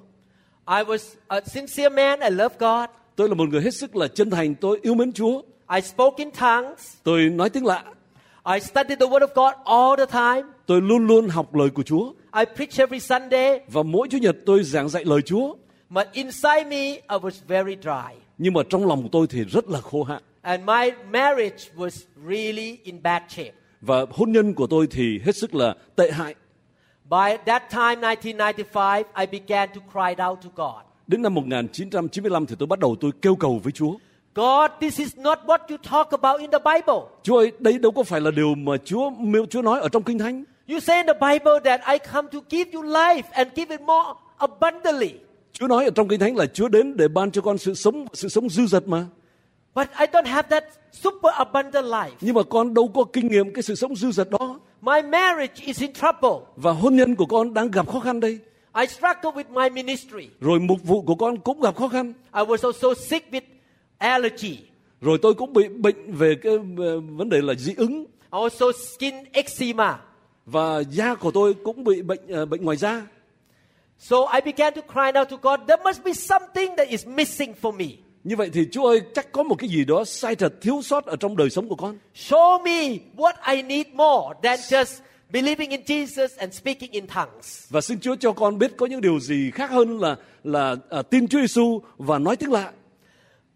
Speaker 2: I was a sincere man. I love God.
Speaker 3: Tôi là một người hết sức là chân thành, tôi yêu mến Chúa,
Speaker 2: I spoke in tongues.
Speaker 3: tôi nói tiếng lạ,
Speaker 2: I studied the Word of God all the time.
Speaker 3: tôi luôn luôn học lời của Chúa
Speaker 2: I preach every Sunday.
Speaker 3: và mỗi chủ nhật tôi giảng dạy lời Chúa,
Speaker 2: But inside me, I was very dry.
Speaker 3: nhưng mà trong lòng tôi thì rất là khô hạn
Speaker 2: And my marriage was really in bad shape.
Speaker 3: và hôn nhân của tôi thì hết sức là tệ hại.
Speaker 2: By that time, 1995, I began to cry out to God.
Speaker 3: Đến năm 1995 thì tôi bắt đầu tôi kêu cầu với Chúa.
Speaker 2: God, this is not what you talk about in the Bible.
Speaker 3: Chúa ơi, đây đâu có phải là điều mà Chúa miêu Chúa nói ở trong Kinh Thánh.
Speaker 2: You say in the Bible that I come to give you life and give it more abundantly.
Speaker 3: Chúa nói ở trong Kinh Thánh là Chúa đến để ban cho con sự sống, sự sống dư dật mà.
Speaker 2: But I don't have that super abundant life.
Speaker 3: Nhưng mà con đâu có kinh nghiệm cái sự sống dư dật đó.
Speaker 2: My marriage is in trouble.
Speaker 3: Và hôn nhân của con đang gặp khó khăn đây.
Speaker 2: I struggle with my ministry.
Speaker 3: Rồi mục vụ của con cũng gặp khó khăn.
Speaker 2: I was also sick with allergy.
Speaker 3: Rồi tôi cũng bị bệnh về cái ờ, vấn đề là dị ứng
Speaker 2: Also skin eczema.
Speaker 3: và da của tôi cũng bị bệnh ờ, bệnh ngoài da.
Speaker 2: So I began to cry out to God, there must be something that is missing for me.
Speaker 3: Như vậy thì Chúa ơi, chắc có một cái gì đó sai trật thiếu sót ở trong đời sống của con.
Speaker 2: Show me what I need more than just believing in Jesus and speaking in tongues.
Speaker 3: Và xin Chúa cho con biết có những điều gì khác hơn là là à, tin Chúa Giêsu và nói tiếng lạ.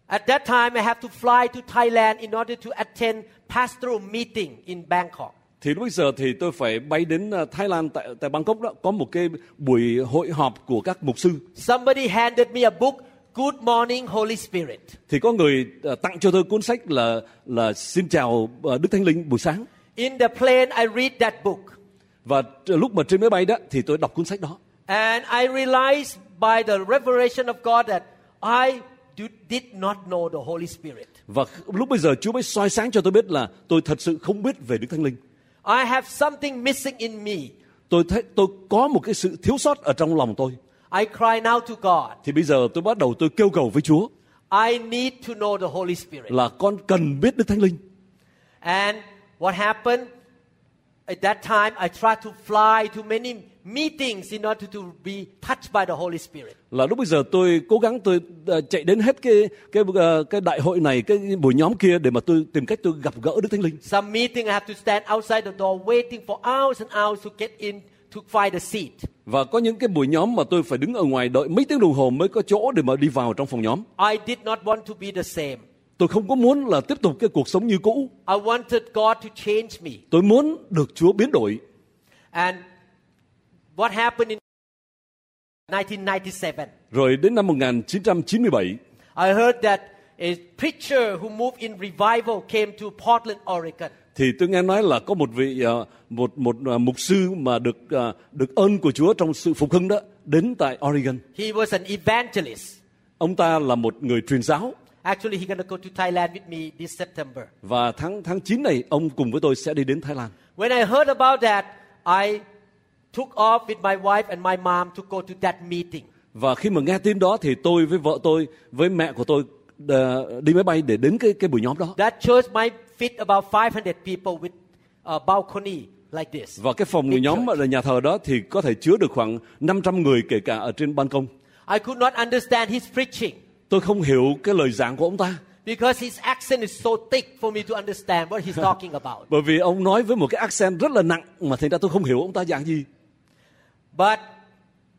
Speaker 2: At that time, I had to fly to Thailand in order to attend pastoral meeting in Bangkok.
Speaker 3: Thì lúc bây giờ thì tôi phải bay đến à, Thái Lan tại tại Bangkok đó có một cái buổi hội họp của các mục sư.
Speaker 2: Somebody handed me a book, Good Morning Holy Spirit.
Speaker 3: Thì có người à, tặng cho tôi cuốn sách là là xin chào à, Đức Thánh Linh buổi sáng.
Speaker 2: In the plane, I read that book.
Speaker 3: Và tr- lúc mà trên máy bay đó thì tôi đọc cuốn sách đó
Speaker 2: And I realized by the revelation of God that I do, did not know the Holy Spirit.
Speaker 3: và kh- lúc bây giờ Chúa mới soi sáng cho tôi biết là tôi thật sự không biết về Đức Thánh Linh.
Speaker 2: I have something missing in me.
Speaker 3: Tôi thấy tôi có một cái sự thiếu sót ở trong lòng tôi.
Speaker 2: I cry now to God.
Speaker 3: Thì bây giờ tôi bắt đầu tôi kêu cầu với Chúa
Speaker 2: I need to know the Holy Spirit.
Speaker 3: là con cần biết Đức Thánh Linh.
Speaker 2: And what happened? At that time, I tried to fly to many meetings in order to be touched by the Holy Spirit.
Speaker 3: Là lúc bây giờ tôi cố gắng tôi ờ, chạy đến hết cái cái ờ, cái đại hội này, cái buổi nhóm kia để mà tôi tìm cách tôi gặp gỡ Đức Thánh Linh.
Speaker 2: Some meeting, I have to stand outside the door waiting for hours and hours to get in to find a seat.
Speaker 3: Và có những cái buổi nhóm mà tôi phải đứng ở ngoài đợi mấy tiếng đồng hồ mới có chỗ để mà đi vào trong phòng nhóm.
Speaker 2: I did not want to be the same.
Speaker 3: Tôi không có muốn là tiếp tục cái cuộc sống như cũ.
Speaker 2: I wanted God to change me.
Speaker 3: Tôi muốn được Chúa biến đổi.
Speaker 2: And what happened in 1997.
Speaker 3: Rồi đến năm 1997,
Speaker 2: I heard that a preacher who moved in revival came to Portland, Oregon.
Speaker 3: thì tôi nghe nói là có một vị ờ, một một ờ, mục sư mà được ờ, được ơn của Chúa trong sự phục hưng đó đến tại Oregon.
Speaker 2: He was an evangelist.
Speaker 3: Ông ta là một người truyền giáo
Speaker 2: Actually, he's going to go to Thailand with me this September.
Speaker 3: và tháng tháng 9 này ông cùng với tôi sẽ đi đến Thái Lan.
Speaker 2: When I heard about that, I took off with my wife and my mom to go to that meeting.
Speaker 3: Và khi mà nghe tin đó thì tôi với vợ tôi với mẹ của tôi ờ, đi máy bay để đến cái cái buổi nhóm đó.
Speaker 2: That church might fit about 500 people with a balcony like this.
Speaker 3: Và cái phòng nhóm ở nhà thờ đó thì có thể chứa được khoảng 500 người kể cả ở trên ban công.
Speaker 2: I could not understand his preaching
Speaker 3: Tôi không hiểu cái lời giảng của ông ta
Speaker 2: because his accent is so thick for me to understand what he's talking about.
Speaker 3: bởi vì ông nói với một cái accent rất là nặng mà thành ra tôi không hiểu ông ta giảng gì.
Speaker 2: But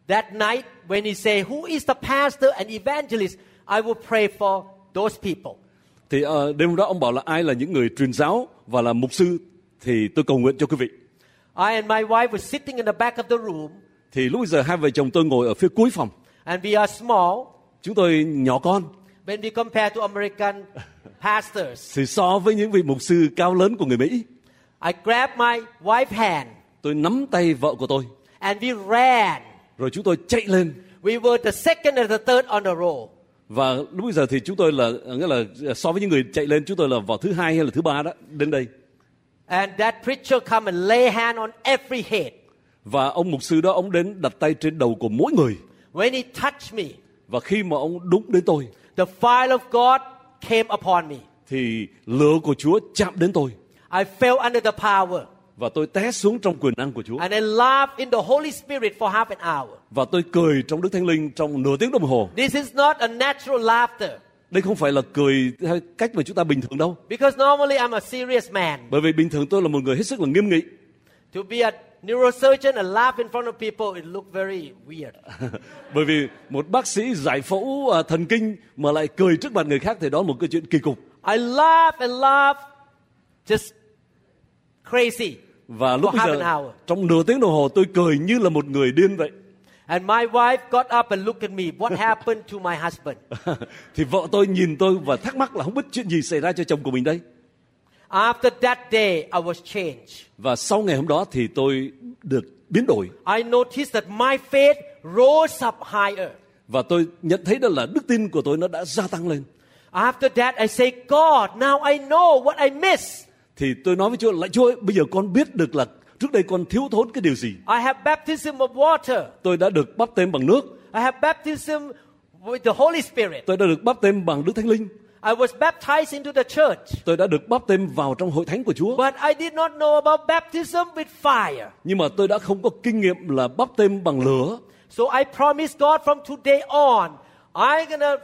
Speaker 2: that night, when he say, "Who is the pastor and evangelist?" I will pray for those people.
Speaker 3: Thì ờ, đêm hôm đó ông bảo là ai là những người truyền giáo và là mục sư thì tôi cầu nguyện cho quý vị.
Speaker 2: I and my wife were sitting in the back of the room,
Speaker 3: Thì lúc bây giờ hai vợ chồng tôi ngồi ở phía cuối phòng.
Speaker 2: and we are small
Speaker 3: Chúng tôi nhỏ con
Speaker 2: when we compare to American pastors.
Speaker 3: thì so với những vị mục sư cao lớn của người Mỹ.
Speaker 2: I grabbed my wife's hand
Speaker 3: Tôi nắm tay vợ của tôi
Speaker 2: and we ran.
Speaker 3: rồi chúng tôi chạy lên
Speaker 2: We were the second and the third on the row.
Speaker 3: và lúc bây giờ thì chúng tôi là nghĩa là so với những người chạy lên chúng tôi là vào thứ hai hay là thứ ba đó đến đây
Speaker 2: And that preacher come and lay hand on every head.
Speaker 3: và ông mục sư đó ông đến đặt tay trên đầu của mỗi người
Speaker 2: When he touched me,
Speaker 3: và khi mà ông đúng đến tôi
Speaker 2: the fire of God came upon me.
Speaker 3: thì lửa của Chúa chạm đến tôi
Speaker 2: I fell under the power.
Speaker 3: và tôi té xuống trong quyền năng của Chúa
Speaker 2: And I laughed in the Holy Spirit for half an hour.
Speaker 3: và tôi cười trong Đức Thánh Linh trong nửa tiếng đồng hồ
Speaker 2: This is not a natural laughter
Speaker 3: đây không phải là cười theo cách mà chúng ta bình thường đâu
Speaker 2: because normally I'm a serious man.
Speaker 3: bởi vì bình thường tôi là một người hết sức là nghiêm nghị
Speaker 2: To be a neurosurgeon and laugh in front of people, it looked very weird.
Speaker 3: bởi vì một bác sĩ giải phẫu à, thần kinh mà lại cười trước mặt người khác thì đó là một cái chuyện kỳ cục
Speaker 2: I laugh and laugh, just crazy.
Speaker 3: và lúc
Speaker 2: for half
Speaker 3: bây
Speaker 2: an hour.
Speaker 3: giờ trong nửa tiếng đồng hồ tôi cười như là một người điên vậy
Speaker 2: And my wife got up and looked at me. What happened to my husband?
Speaker 3: thì vợ tôi nhìn tôi và thắc mắc là không biết chuyện gì xảy ra cho chồng của mình đây
Speaker 2: After that day, I was changed.
Speaker 3: và sau ngày hôm đó thì tôi được biến đổi
Speaker 2: I noticed that my faith rose up higher.
Speaker 3: và tôi nhận thấy đó là đức tin của tôi nó đã gia tăng lên
Speaker 2: After that, I say, God, now I know what I missed.
Speaker 3: thì tôi nói với Chúa lại Chúa ơi, bây giờ con biết được là trước đây con thiếu thốn cái điều gì
Speaker 2: I have baptism of water.
Speaker 3: tôi đã được bắp tên bằng nước
Speaker 2: I have baptism with the Holy Spirit.
Speaker 3: tôi đã được bắp tên bằng Đức Thánh Linh
Speaker 2: I was baptized into the church.
Speaker 3: tôi đã được bắp tên vào trong hội thánh của Chúa
Speaker 2: But I did not know about baptism with fire.
Speaker 3: nhưng mà tôi đã không có kinh nghiệm là bắp tên bằng lửa
Speaker 2: So I promised God from today on, I'm going to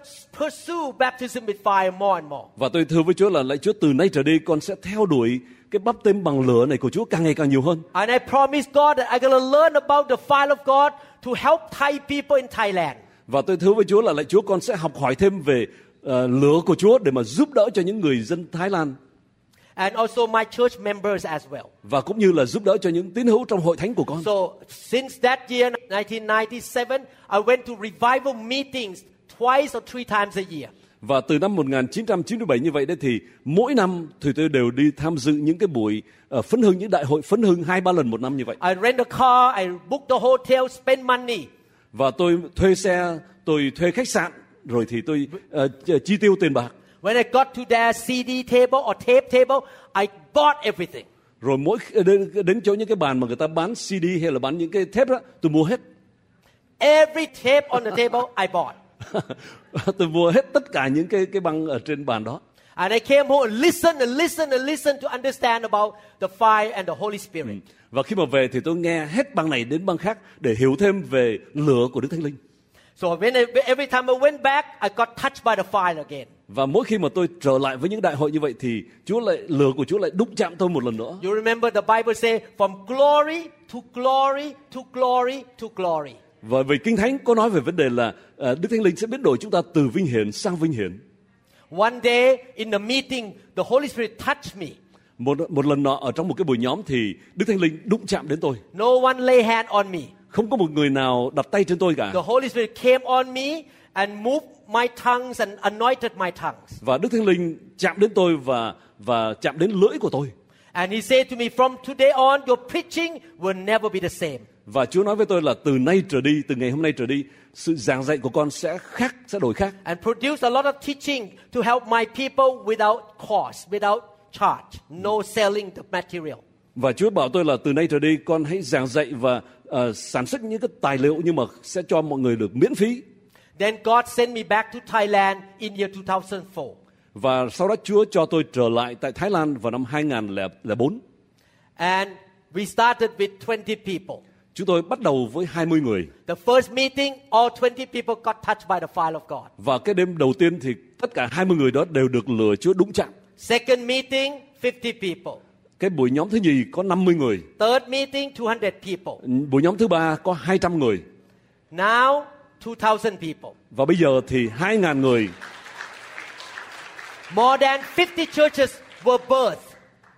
Speaker 2: pursue baptism with fire more and more.
Speaker 3: và tôi thưa với Chúa là lạy Chúa từ nay trở đi con sẽ theo đuổi cái bắp tên bằng lửa này của Chúa càng ngày càng nhiều hơn
Speaker 2: And I promised God that I'm going to learn about the fire of God to help Thai people in Thailand.
Speaker 3: và tôi thưa với Chúa là lạy Chúa con sẽ học hỏi thêm về ờ, lửa của Chúa để mà giúp đỡ cho những người dân Thái Lan
Speaker 2: And also my church members as well.
Speaker 3: và cũng như là giúp đỡ cho những tín hữu trong hội thánh của con
Speaker 2: So since that year, 1997, I went to revival meetings twice or three times a year.
Speaker 3: Và từ năm 1997 như vậy đấy thì mỗi năm thì tôi đều đi tham dự những cái buổi ờ, phấn hưng những đại hội phấn hưng hai ba lần một năm như vậy.
Speaker 2: I rent a car, I book the hotel, spend money.
Speaker 3: Và tôi thuê xe, tôi thuê khách sạn rồi thì tôi ờ, chi- chi tiêu tiền bạc.
Speaker 2: When I got to their CD table or tape table, I bought everything.
Speaker 3: Rồi mỗi khi- đến, đến chỗ những cái bàn mà người ta bán CD hay là bán những cái thép đó, tôi mua hết.
Speaker 2: Every tape on the table, I bought.
Speaker 3: tôi mua hết tất cả những cái cái băng ở trên bàn đó.
Speaker 2: And I came home and listened and listened and listened to understand about the fire and the Holy Spirit.
Speaker 3: Ừ. Và khi mà về thì tôi nghe hết băng này đến băng khác để hiểu thêm về lửa của Đức Thánh Linh.
Speaker 2: So when I, every time I went back, I got touched by the fire again.
Speaker 3: Và mỗi khi mà tôi trở lại với những đại hội như vậy thì Chúa lại lửa của Chúa lại đụng chạm tôi một lần nữa.
Speaker 2: You remember the Bible say, from glory to glory to glory to glory.
Speaker 3: Và về Kinh Thánh có nói về vấn đề là ờ, Đức Thánh Linh sẽ biến đổi chúng ta từ vinh hiển sang vinh hiển.
Speaker 2: One day in the meeting, the Holy Spirit touched me.
Speaker 3: Một một lần nọ ở trong một cái buổi nhóm thì Đức Thánh Linh đụng chạm đến tôi.
Speaker 2: No one lay hand on me.
Speaker 3: không có một người nào đặt tay trên tôi cả.
Speaker 2: The Holy Spirit came on me and moved my tongues and anointed my tongues.
Speaker 3: Và Đức Thánh Linh chạm đến tôi và và chạm đến lưỡi của tôi.
Speaker 2: And he said to me, From today on, your preaching will never be the same.
Speaker 3: Và Chúa nói với tôi là từ nay trở đi, từ ngày hôm nay trở đi, sự giảng dạy của con sẽ khác, sẽ đổi khác.
Speaker 2: And produce a lot of teaching to help my people without cost, without charge, no selling the material.
Speaker 3: Và Chúa bảo tôi là từ nay trở đi con hãy giảng dạy và ờ, sản xuất những cái tài liệu nhưng mà sẽ cho mọi người được miễn phí.
Speaker 2: Then God sent me back to Thailand in year 2004.
Speaker 3: Và sau đó Chúa cho tôi trở lại tại Thái Lan vào năm 2004.
Speaker 2: And we started with 20 people.
Speaker 3: Chúng tôi bắt đầu với 20 người.
Speaker 2: The first meeting, all 20 people got touched by the fire of God.
Speaker 3: Và cái đêm đầu tiên thì tất cả 20 người đó đều được lửa Chúa đúng chạm.
Speaker 2: Second meeting, 50 people.
Speaker 3: Cái buổi nhóm thứ nhì có 50 người.
Speaker 2: Third meeting, 200 people.
Speaker 3: Buổi nhóm thứ ba có 200 người.
Speaker 2: Now, 2,000 people.
Speaker 3: Và bây giờ thì 2.000 người.
Speaker 2: More than 50 churches were birthed.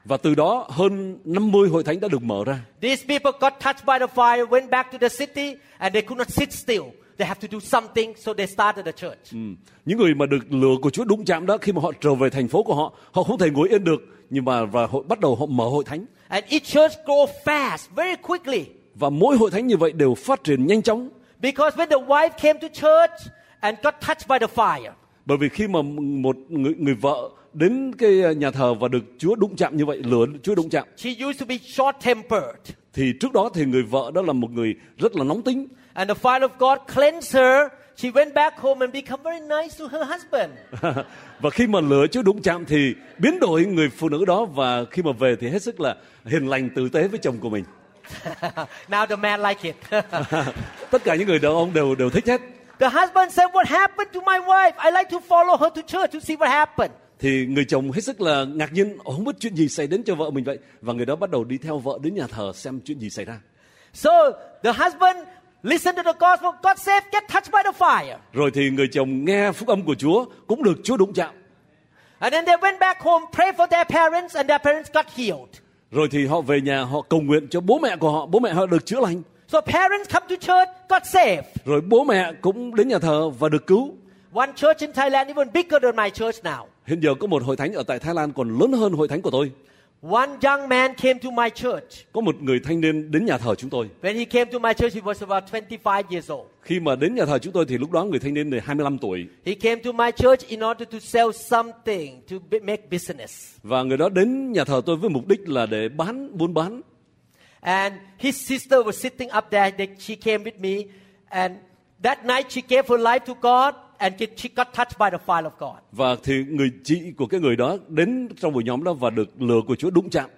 Speaker 3: Và từ đó hơn 50 hội thánh đã được mở ra.
Speaker 2: These people got touched by the fire, went back to the city, and they could not sit still. They have to do something, so they started a church.
Speaker 3: Ừ. Những người mà được lửa của Chúa đúng chạm đó khi mà họ trở về thành phố của họ, họ không thể ngồi yên được nhưng mà và hội, bắt đầu họ mở hội thánh
Speaker 2: And each church grew fast, very quickly.
Speaker 3: và mỗi hội thánh như vậy đều phát triển nhanh chóng
Speaker 2: Because when the wife came to church and got touched by the fire,
Speaker 3: bởi vì khi mà một người, người vợ đến cái nhà thờ và được Chúa đụng chạm như vậy lửa Chúa đụng chạm
Speaker 2: she used to be short tempered.
Speaker 3: thì trước đó thì người vợ đó là một người rất là nóng tính
Speaker 2: And the fire of God cleansed her. She went back home and became very nice to her husband.
Speaker 3: và khi mà lửa Chúa đụng chạm thì biến đổi người phụ nữ đó và khi mà về thì hết sức là hiền lành tử tế với chồng của mình
Speaker 2: now the man like it.
Speaker 3: tất cả những người đàn ông đều đều thích hết
Speaker 2: the husband said, What happened to my wife? I like to follow her to church to see what happened.
Speaker 3: thì người chồng hết sức là ngạc nhiên "Ồ, không biết chuyện gì xảy đến cho vợ mình vậy và người đó bắt đầu đi theo vợ đến nhà thờ xem chuyện gì xảy ra
Speaker 2: So the husband listened to the gospel, got saved, get touched by the fire.
Speaker 3: rồi thì người chồng nghe phúc âm của Chúa cũng được Chúa đụng chạm
Speaker 2: And then they went back home, prayed for their parents, and their parents got healed.
Speaker 3: rồi thì họ về nhà họ cầu nguyện cho bố mẹ của họ bố mẹ họ được chữa lành
Speaker 2: So parents come to church, got saved.
Speaker 3: rồi bố mẹ cũng đến nhà thờ và được cứu
Speaker 2: One church in Thailand, even bigger than my church now.
Speaker 3: hiện giờ có một hội thánh ở tại Thái Lan còn lớn hơn hội thánh của tôi
Speaker 2: One young man came to my church.
Speaker 3: có một người thanh niên đến nhà thờ chúng tôi
Speaker 2: When he came to my church, he was about 25 years old.
Speaker 3: khi mà đến nhà thờ chúng tôi thì lúc đó người thanh niên này 25 tuổi
Speaker 2: He came to my church in order to sell something to b- make business.
Speaker 3: và người đó đến nhà thờ tôi với mục đích là để bán buôn bán
Speaker 2: And his sister was sitting up there. They- She came with me. And that night she gave her life to God and get- she got touched by the fire of God.
Speaker 3: Và thì người chị của cái người đó đến trong buổi nhóm đó và được lừa của Chúa đụng chạm.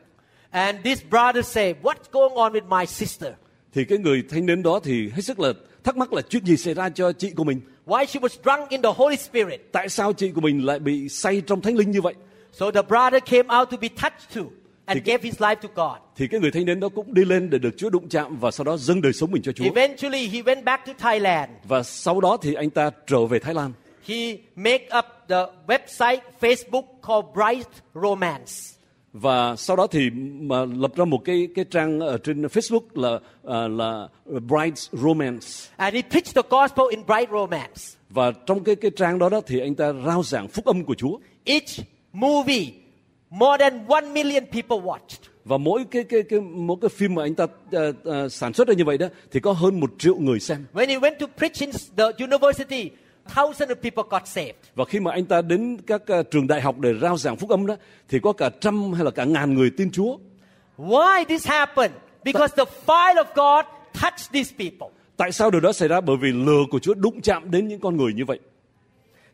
Speaker 2: And this brother said, What's going on with my sister?
Speaker 3: Thì cái người thanh niên đó thì hết sức là thắc mắc là chuyện gì xảy ra cho chị của mình.
Speaker 2: Why she was drunk in the Holy Spirit?
Speaker 3: Tại sao chị của mình lại bị say trong thánh linh như vậy?
Speaker 2: So the brother came out to be touched too and
Speaker 3: Thì-
Speaker 2: gave his life to God.
Speaker 3: Thì cái người thanh niên đó cũng đi lên để được Chúa đụng chạm và sau đó dâng đời sống mình cho Chúa.
Speaker 2: Eventually he went back to Thailand.
Speaker 3: Và sau đó thì anh ta trở về Thái Lan
Speaker 2: He make up the website Facebook called Bright Romance.
Speaker 3: và sau đó thì mà lập ra một cái cái trang ở trên Facebook là à, là Bright Romance
Speaker 2: And he preached the gospel in Bright Romance.
Speaker 3: và trong cái cái trang đó đó thì anh ta rao giảng phúc âm của Chúa.
Speaker 2: Each movie, more than one million people watched.
Speaker 3: và mỗi cái cái cái mỗi cái phim mà anh ta ờ, ờ, sản xuất ra như vậy đó thì có hơn một triệu người xem
Speaker 2: When he went to preach in the university, thousands of people got saved.
Speaker 3: và khi mà anh ta đến các ờ, trường đại học để rao giảng phúc âm đó thì có cả trăm hay là cả ngàn người tin Chúa
Speaker 2: Why this happened? Because the fire of God touched these people.
Speaker 3: tại sao điều đó xảy ra bởi vì lừa của Chúa đụng chạm đến những con người như vậy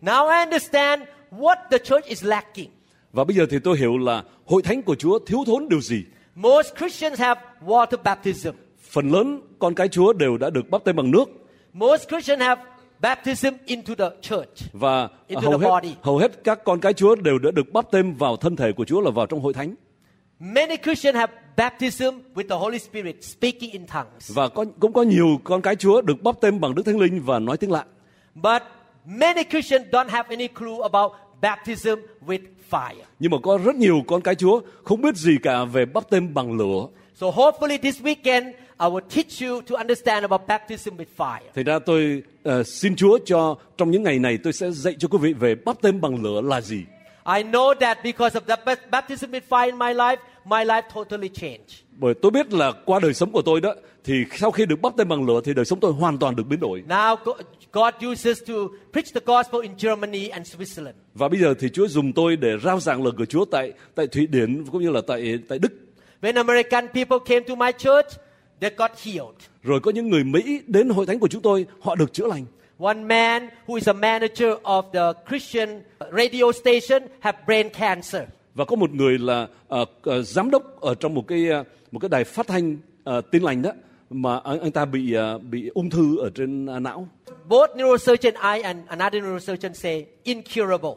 Speaker 2: Now I understand what the church is lacking.
Speaker 3: và bây giờ thì tôi hiểu là hội thánh của Chúa thiếu thốn điều gì
Speaker 2: Most Christians have water baptism.
Speaker 3: phần lớn con cái Chúa đều đã được bắp tay bằng nước
Speaker 2: Most Christians have baptism into the church.
Speaker 3: và
Speaker 2: Into
Speaker 3: hầu
Speaker 2: the
Speaker 3: hết
Speaker 2: body.
Speaker 3: hầu hết các con cái Chúa đều đã được bắp tên vào thân thể của Chúa là vào trong hội thánh
Speaker 2: Many Christians have baptism with the Holy Spirit, speaking in tongues.
Speaker 3: và có, cũng có nhiều con cái Chúa được bắp tên bằng Đức Thánh Linh và nói tiếng lạ
Speaker 2: But many Christians don't have any clue about baptism with fire.
Speaker 3: Nhưng mà có rất nhiều con cái Chúa không biết gì cả về bắp tên bằng lửa.
Speaker 2: So hopefully this weekend I will teach you to understand about baptism with fire.
Speaker 3: Thành ra tôi ờ, xin Chúa cho trong những ngày này tôi sẽ dạy cho quý vị về bắp tem bằng lửa là gì.
Speaker 2: I know that because of the bap- baptism with fire in my life, my life totally changed.
Speaker 3: Bởi tôi biết là qua đời sống của tôi đó thì sau khi được bắp tem bằng lửa thì đời sống tôi hoàn toàn được biến đổi.
Speaker 2: Now Go- God uses to preach the gospel in Germany and Switzerland.
Speaker 3: Và bây giờ thì Chúa dùng tôi để rao giảng lời của Chúa tại tại Thụy Điển cũng như là tại tại Đức.
Speaker 2: When American people came to my church, they got healed.
Speaker 3: Rồi có những người Mỹ đến hội thánh của chúng tôi, họ được chữa lành.
Speaker 2: One man who is a manager of the Christian radio station had brain cancer.
Speaker 3: Và có một người là ờ, ờ, giám đốc ở trong một cái ờ, một cái đài phát thanh ờ, tin lành đó mà anh, anh ta bị ờ, bị ung thư ở trên ờ, não.
Speaker 2: Both neurosurgeon I and another neurosurgeon say incurable.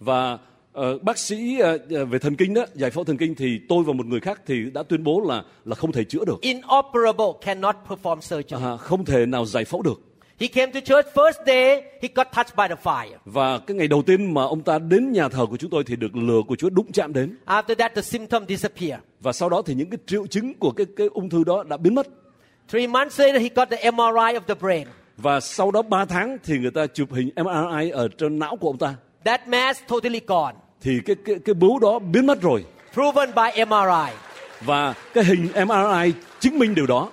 Speaker 3: và ờ, bác sĩ ờ, ờ, về thần kinh đó giải phẫu thần kinh thì tôi và một người khác thì đã tuyên bố là là không thể chữa được
Speaker 2: Inoperable cannot perform surgery.
Speaker 3: à, không thể nào giải phẫu được
Speaker 2: He came to church first day, he got touched by the fire.
Speaker 3: và cái ngày đầu tiên mà ông ta đến nhà thờ của chúng tôi thì được lửa của Chúa đụng chạm đến
Speaker 2: After that the symptom disappear.
Speaker 3: và sau đó thì những cái triệu chứng của cái cái ung thư đó đã biến mất
Speaker 2: Three months later he got the MRI of the brain.
Speaker 3: và sau đó 3 tháng thì người ta chụp hình MRI ở trên não của ông ta
Speaker 2: That mass totally gone.
Speaker 3: thì cái cái cái bướu đó biến mất rồi
Speaker 2: Proven by MRI.
Speaker 3: và cái hình MRI chứng minh điều đó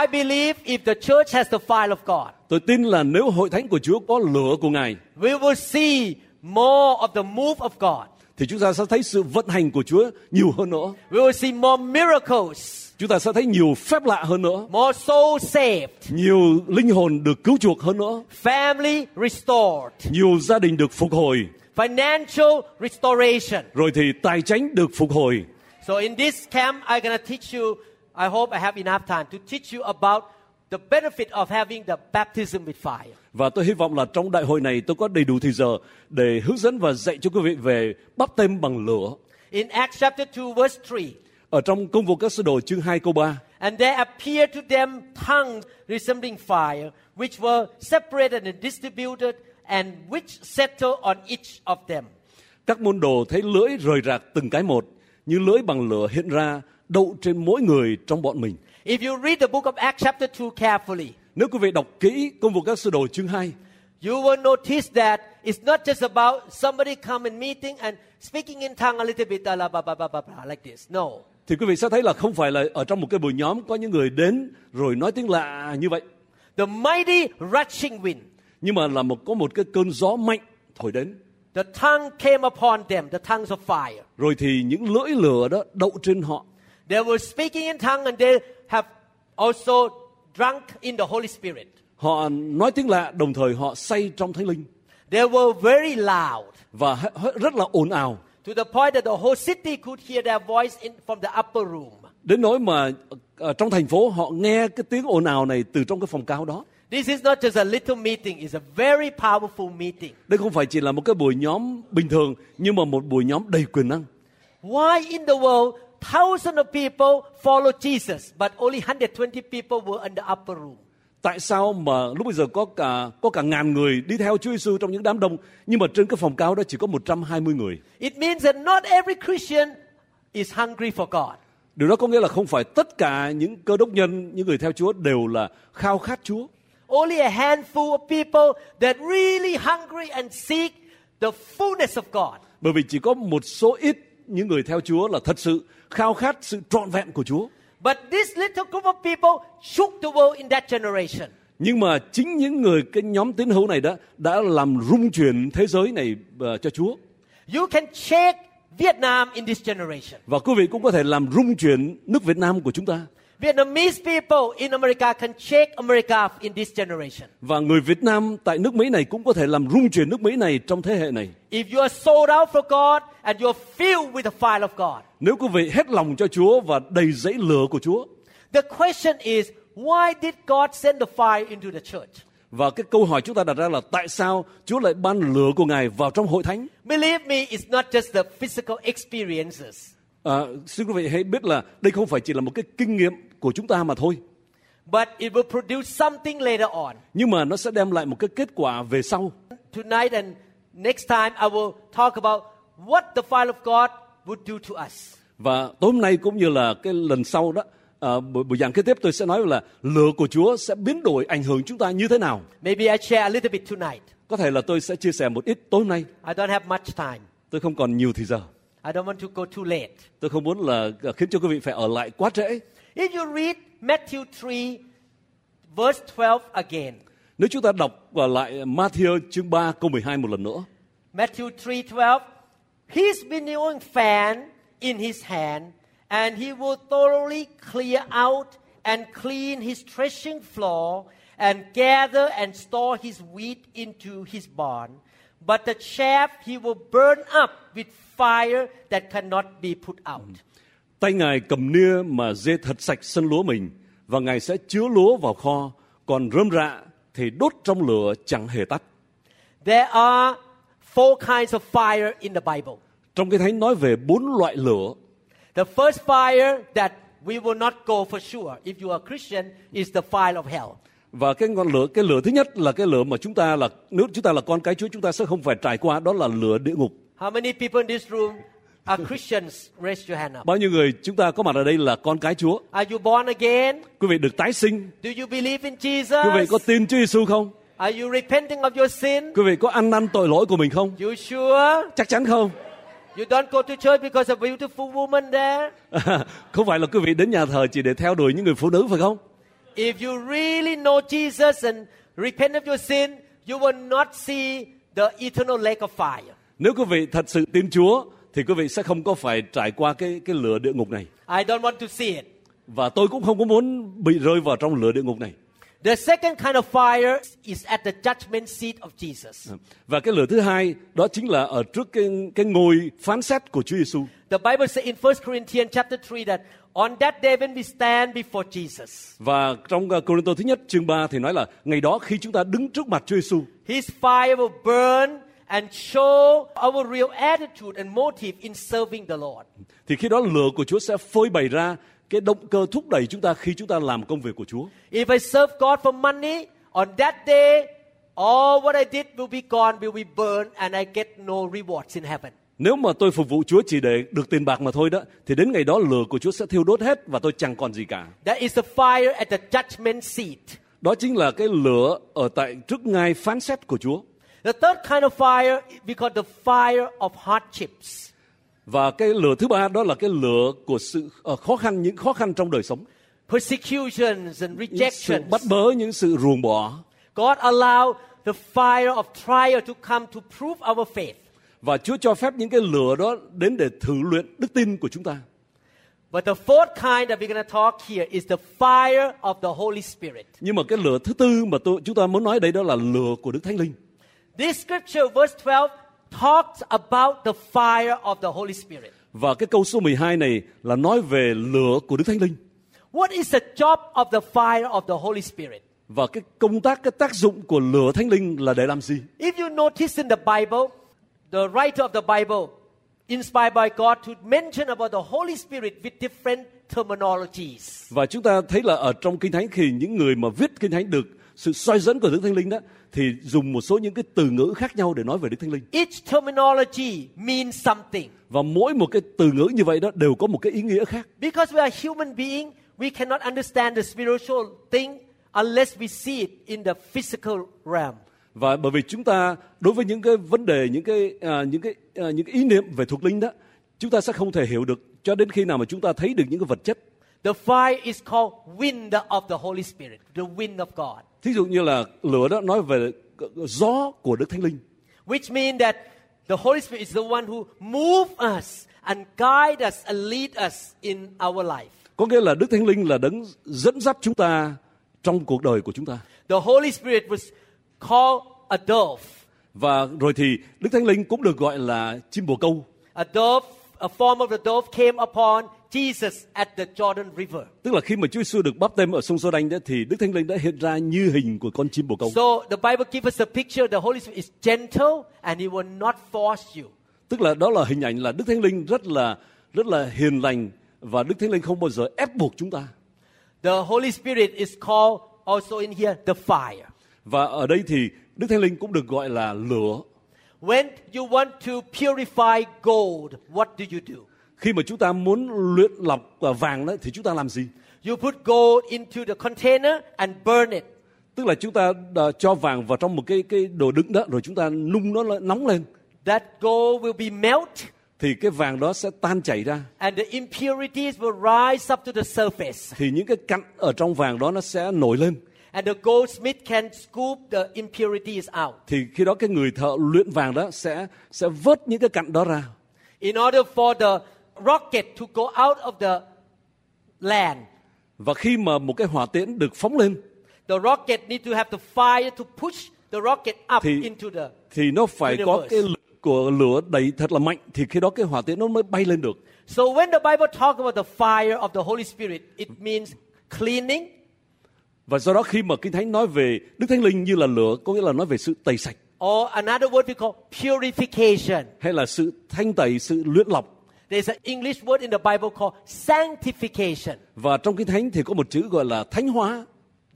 Speaker 2: I believe if the church has the fire of God,
Speaker 3: tôi tin là nếu hội thánh của Chúa có lửa của ngài
Speaker 2: we will see more of the move of God.
Speaker 3: thì chúng ta sẽ thấy sự vận hành của Chúa nhiều hơn nữa.
Speaker 2: We will see more miracles,
Speaker 3: Chúng ta sẽ thấy nhiều phép lạ hơn nữa,
Speaker 2: more souls saved,
Speaker 3: nhiều linh hồn được cứu chuộc hơn nữa,
Speaker 2: family restored,
Speaker 3: nhiều gia đình được phục hồi,
Speaker 2: financial restoration.
Speaker 3: rồi thì tài chính được phục hồi.
Speaker 2: So in this camp, I'm going to teach you, I hope I have enough time to teach you about the benefit of having the baptism with fire.
Speaker 3: Và tôi hy vọng là trong đại hội này tôi có đầy đủ thời giờ để hướng dẫn và dạy cho quý vị về bắp tem bằng lửa.
Speaker 2: In Acts chapter 2 verse 3,
Speaker 3: Ở trong công vụ các sứ đồ chương 2 câu 3,
Speaker 2: and there appeared to them tongues resembling fire, which were separated and distributed, and which settled on each of them.
Speaker 3: các môn đồ thấy lưỡi rời rạc từng cái một, như lưỡi bằng lửa hiện ra đậu trên mỗi người trong bọn mình.
Speaker 2: If you read the book of Acts chapter 2 carefully,
Speaker 3: Nếu quý vị đọc kỹ công vụ các sứ đồ chương 2,
Speaker 2: you will notice that it's not just about somebody come in meeting and speaking in tongue a little bit, blah, blah, blah, blah, blah, blah, like this. No.
Speaker 3: thì quý vị sẽ thấy là không phải là ở trong một cái buổi nhóm có những người đến rồi nói tiếng lạ như vậy
Speaker 2: The mighty rushing wind.
Speaker 3: nhưng mà là một có một cái cơn gió mạnh thổi đến
Speaker 2: The tongue came upon them, the tongues of fire.
Speaker 3: rồi thì những lưỡi lửa đó đậu trên họ
Speaker 2: They were speaking in tongue and they have also drunk in the Holy Spirit.
Speaker 3: họ nói tiếng lạ đồng thời họ say trong thánh linh
Speaker 2: They were very loud
Speaker 3: và hễ- hễ- rất là ồn ào
Speaker 2: to the point that the whole city could hear their voice in, from the upper room.
Speaker 3: đến nỗi mà ờ, trong thành phố họ nghe cái tiếng ồn ào này từ trong cái phòng cao đó
Speaker 2: This is not just a little meeting, it's a very powerful meeting.
Speaker 3: đây không phải chỉ là một cái buổi nhóm bình thường nhưng mà một buổi nhóm đầy quyền năng
Speaker 2: Why in the world thousands of people follow Jesus, but only 120 people were in the upper room?
Speaker 3: tại sao mà lúc bây giờ có cả có cả ngàn người đi theo Chúa Giêsu trong những đám đông nhưng mà trên cái phòng cao đó chỉ có 120 người.
Speaker 2: It means that not every Christian is hungry for God.
Speaker 3: Điều đó có nghĩa là không phải tất cả những cơ đốc nhân, những người theo Chúa đều là khao khát Chúa.
Speaker 2: Only a handful of people that really hungry and seek the fullness of God.
Speaker 3: Bởi vì chỉ có một số ít những người theo Chúa là thật sự khao khát sự trọn vẹn của Chúa.
Speaker 2: But this little group of people shook the world in that generation.
Speaker 3: Nhưng mà chính những người cái nhóm tín hữu này đó đã làm rung chuyển thế giới này ờ, cho Chúa.
Speaker 2: You can check Vietnam in this generation.
Speaker 3: Và quý vị cũng có thể làm rung chuyển nước Việt Nam của chúng ta.
Speaker 2: Vietnamese people in America can check America in this generation.
Speaker 3: Và người Việt Nam tại nước Mỹ này cũng có thể làm rung chuyển nước Mỹ này trong thế hệ này.
Speaker 2: If you are sold out for God and you're filled with the fire of God,
Speaker 3: Nếu quý vị hết lòng cho Chúa và đầy dẫy lửa của Chúa.
Speaker 2: the question is why did God send the fire into the church?
Speaker 3: Và cái câu hỏi chúng ta đặt ra là tại sao Chúa lại ban lửa của Ngài vào trong hội thánh?
Speaker 2: Believe me, it's not just the physical experiences.
Speaker 3: À, xin quý vị hãy biết là đây không phải chỉ là một cái kinh nghiệm của chúng ta mà thôi.
Speaker 2: but it will produce something later on.
Speaker 3: Nhưng mà nó sẽ đem lại một cái kết quả về sau.
Speaker 2: Tonight and next time, I will talk about what the fire of God would do to us.
Speaker 3: Và tối hôm nay cũng như là cái lần sau đó à, buổi, buổi giảng kế tiếp tôi sẽ nói là lửa của Chúa sẽ biến đổi ảnh hưởng chúng ta như thế nào.
Speaker 2: Maybe I share a little bit tonight.
Speaker 3: Có thể là tôi sẽ chia sẻ một ít tối nay.
Speaker 2: I don't have much time.
Speaker 3: Tôi không còn nhiều thì giờ.
Speaker 2: I don't want to go too late.
Speaker 3: Tôi không muốn là ờ, khiến cho quý vị phải ở lại quá trễ.
Speaker 2: If you read Matthew 3, verse 12 again,
Speaker 3: Nếu chúng ta đọc và lại Matthew chương 3 câu 12 một lần nữa.
Speaker 2: Matthew 3 12, his renewing fan in his hand, and he will thoroughly clear out and clean his threshing floor, and gather and store his wheat into his barn. But the chaff he will burn up with fire that cannot be put out.
Speaker 3: Tay Ngài cầm nia mà dê thật sạch sân lúa mình và Ngài sẽ chứa lúa vào kho, còn rơm rạ thì đốt trong lửa chẳng hề tắt.
Speaker 2: There are four kinds of fire in the Bible.
Speaker 3: Trong cái thánh nói về bốn loại lửa.
Speaker 2: The first fire that we will not go for sure if you are a Christian is the fire of hell.
Speaker 3: Và cái ngọn lửa, cái lửa thứ nhất là cái lửa mà chúng ta là nếu chúng ta là con cái Chúa chúng ta sẽ không phải trải qua đó là lửa địa ngục.
Speaker 2: How many people in this room are Christians? Raise your hand up.
Speaker 3: Bao nhiêu người chúng ta có mặt ở đây là con cái Chúa?
Speaker 2: Are you born again?
Speaker 3: Quý vị được tái sinh,
Speaker 2: Do you believe in
Speaker 3: quý vị có
Speaker 2: Jesus?
Speaker 3: tin Chúa Giêsu không?
Speaker 2: Are you repenting of your sin?
Speaker 3: Quý vị có ăn năn tội lỗi của mình không?
Speaker 2: You sure?
Speaker 3: Chắc chắn không?
Speaker 2: You don't go to church because of beautiful woman there?
Speaker 3: không phải là quý vị đến nhà thờ chỉ để theo đuổi những người phụ nữ phải không?
Speaker 2: If you really know Jesus and repent of your sin, you will not see the eternal lake of fire.
Speaker 3: Nếu quý vị thật sự tin Chúa thì quý vị sẽ không có phải trải qua cái cái lửa địa ngục này.
Speaker 2: I don't want to see it.
Speaker 3: Và tôi cũng không có muốn bị rơi vào trong lửa địa ngục này.
Speaker 2: The second kind of fire is at the judgment seat of Jesus.
Speaker 3: Và cái lửa thứ hai đó chính là ở trước cái cái ngôi phán xét của Chúa Giêsu.
Speaker 2: The Bible says in 1 Corinthians chapter 3 that on that day when we stand before Jesus,
Speaker 3: Và trong uh, Cô-rinh-tô thứ nhất chương 3 thì nói là ngày đó khi chúng ta đứng trước mặt Chúa Giêsu
Speaker 2: his fire will burn and show our real attitude and motive in serving the Lord.
Speaker 3: thì khi đó lửa của Chúa sẽ phơi bày ra cái động cơ thúc đẩy chúng ta khi chúng ta làm công việc của Chúa.
Speaker 2: If I serve God for money, on that day, all what I did will be gone, will be burned, and I get no rewards in heaven.
Speaker 3: Nếu mà tôi phục vụ Chúa chỉ để được tiền bạc mà thôi đó thì đến ngày đó lửa của Chúa sẽ thiêu đốt hết và tôi chẳng còn gì cả.
Speaker 2: That is the fire at the judgment seat.
Speaker 3: Đó chính là cái lửa ở tại trước ngai phán xét của Chúa.
Speaker 2: The third kind of fire, we call the fire of hardships.
Speaker 3: Và cái lửa thứ ba đó là cái lửa của sự ờ, khó khăn những khó khăn trong đời sống,
Speaker 2: persecutions and
Speaker 3: những sự
Speaker 2: rejections.
Speaker 3: bắt bớ, những sự ruồng bỏ.
Speaker 2: God allowed the fire of trial to come to prove our faith.
Speaker 3: Và Chúa cho phép những cái lửa đó đến để thử luyện đức tin của chúng ta.
Speaker 2: But the fourth kind that we're going to talk here is the fire of the Holy Spirit.
Speaker 3: Nhưng mà cái lửa thứ tư mà tôi chúng ta muốn nói đây đó là lửa của Đức Thánh Linh.
Speaker 2: This scripture, verse 12, talks about the fire of the Holy Spirit.
Speaker 3: Và cái câu số 12 này là nói về lửa của Đức Thánh Linh.
Speaker 2: What is the job of the fire of the Holy Spirit?
Speaker 3: Và cái công tác cái tác dụng của lửa Thánh Linh là để làm gì?
Speaker 2: If you notice in the Bible, the writer of the Bible, inspired by God, to mention about the Holy Spirit with different terminologies.
Speaker 3: Và chúng ta thấy là ở trong Kinh Thánh khi những người mà viết Kinh Thánh được sự soi dẫn của Đức Thánh Linh đó thì dùng một số những cái từ ngữ khác nhau để nói về Đức Thánh Linh.
Speaker 2: Each terminology means something.
Speaker 3: Và mỗi một cái từ ngữ như vậy đó đều có một cái ý nghĩa khác.
Speaker 2: Because we are human being, we cannot understand the spiritual thing unless we see it in the physical realm.
Speaker 3: Và bởi vì chúng ta đối với những cái vấn đề những cái à, những cái à, những cái ý niệm về thuộc linh đó, chúng ta sẽ không thể hiểu được cho đến khi nào mà chúng ta thấy được những cái vật chất.
Speaker 2: The fire is called wind of the Holy Spirit, the wind of God,
Speaker 3: Thí dụ như là lửa đó nói về gió của Đức Thánh Linh.
Speaker 2: which means that the Holy Spirit is the one who moves us and guide us and lead us in our life.
Speaker 3: Có nghĩa là Đức Thánh Linh là đấng dẫn dắt chúng ta trong cuộc đời của chúng ta.
Speaker 2: The Holy Spirit was called a dove.
Speaker 3: Và rồi thì Đức Thánh Linh cũng được gọi là chim bồ câu,
Speaker 2: A dove, a form of the dove came upon Jesus at the Jordan River.
Speaker 3: tức là khi mà Chúa Giêsu được báp tên ở sông Sô Đanh đó thì Đức Thánh Linh đã hiện ra như hình của con chim bồ câu.
Speaker 2: So the Bible gives us a picture the Holy Spirit is gentle and he will not force you.
Speaker 3: Tức là đó là hình ảnh là Đức Thánh Linh rất là rất là hiền lành và Đức Thánh Linh không bao giờ ép buộc chúng ta.
Speaker 2: The Holy Spirit is called also in here the fire.
Speaker 3: Và ở đây thì Đức Thánh Linh cũng được gọi là lửa.
Speaker 2: When you want to purify gold, what do you do?
Speaker 3: Khi mà chúng ta muốn luyện lọc à, vàng đó thì chúng ta làm gì?
Speaker 2: You put gold into the container and burn it.
Speaker 3: tức là chúng ta à, cho vàng vào trong một cái cái đồ đựng đó rồi chúng ta nung nó lên- nóng lên
Speaker 2: That gold will be melt
Speaker 3: thì cái vàng đó sẽ tan chảy ra
Speaker 2: and the impurities will rise up to the surface.
Speaker 3: thì những cái cặn ở trong vàng đó nó sẽ nổi lên
Speaker 2: And the goldsmith can scoop the impurities out.
Speaker 3: thì khi đó cái người thợ luyện vàng đó sẽ sẽ vớt những cái cặn đó ra
Speaker 2: In order for the rocket to go out of the land,
Speaker 3: và khi mà một cái hỏa tiễn được phóng lên
Speaker 2: the rocket need to have the fire to push the rocket up
Speaker 3: Thì-
Speaker 2: into the
Speaker 3: thì nó phải có
Speaker 2: Universe.
Speaker 3: cái lực của lửa đầy thật là mạnh thì khi đó cái hỏa tiễn nó mới bay lên được
Speaker 2: So when the Bible talks about the fire of the Holy Spirit, it means cleaning,
Speaker 3: và do đó khi mà kinh thánh nói về đức thánh linh như là lửa có nghĩa là nói về sự tẩy sạch
Speaker 2: or another word we call purification.
Speaker 3: hay là sự thanh tẩy sự luyện lọc
Speaker 2: There's an English word in the Bible called sanctification.
Speaker 3: và trong kinh thánh thì có một chữ gọi là thánh hóa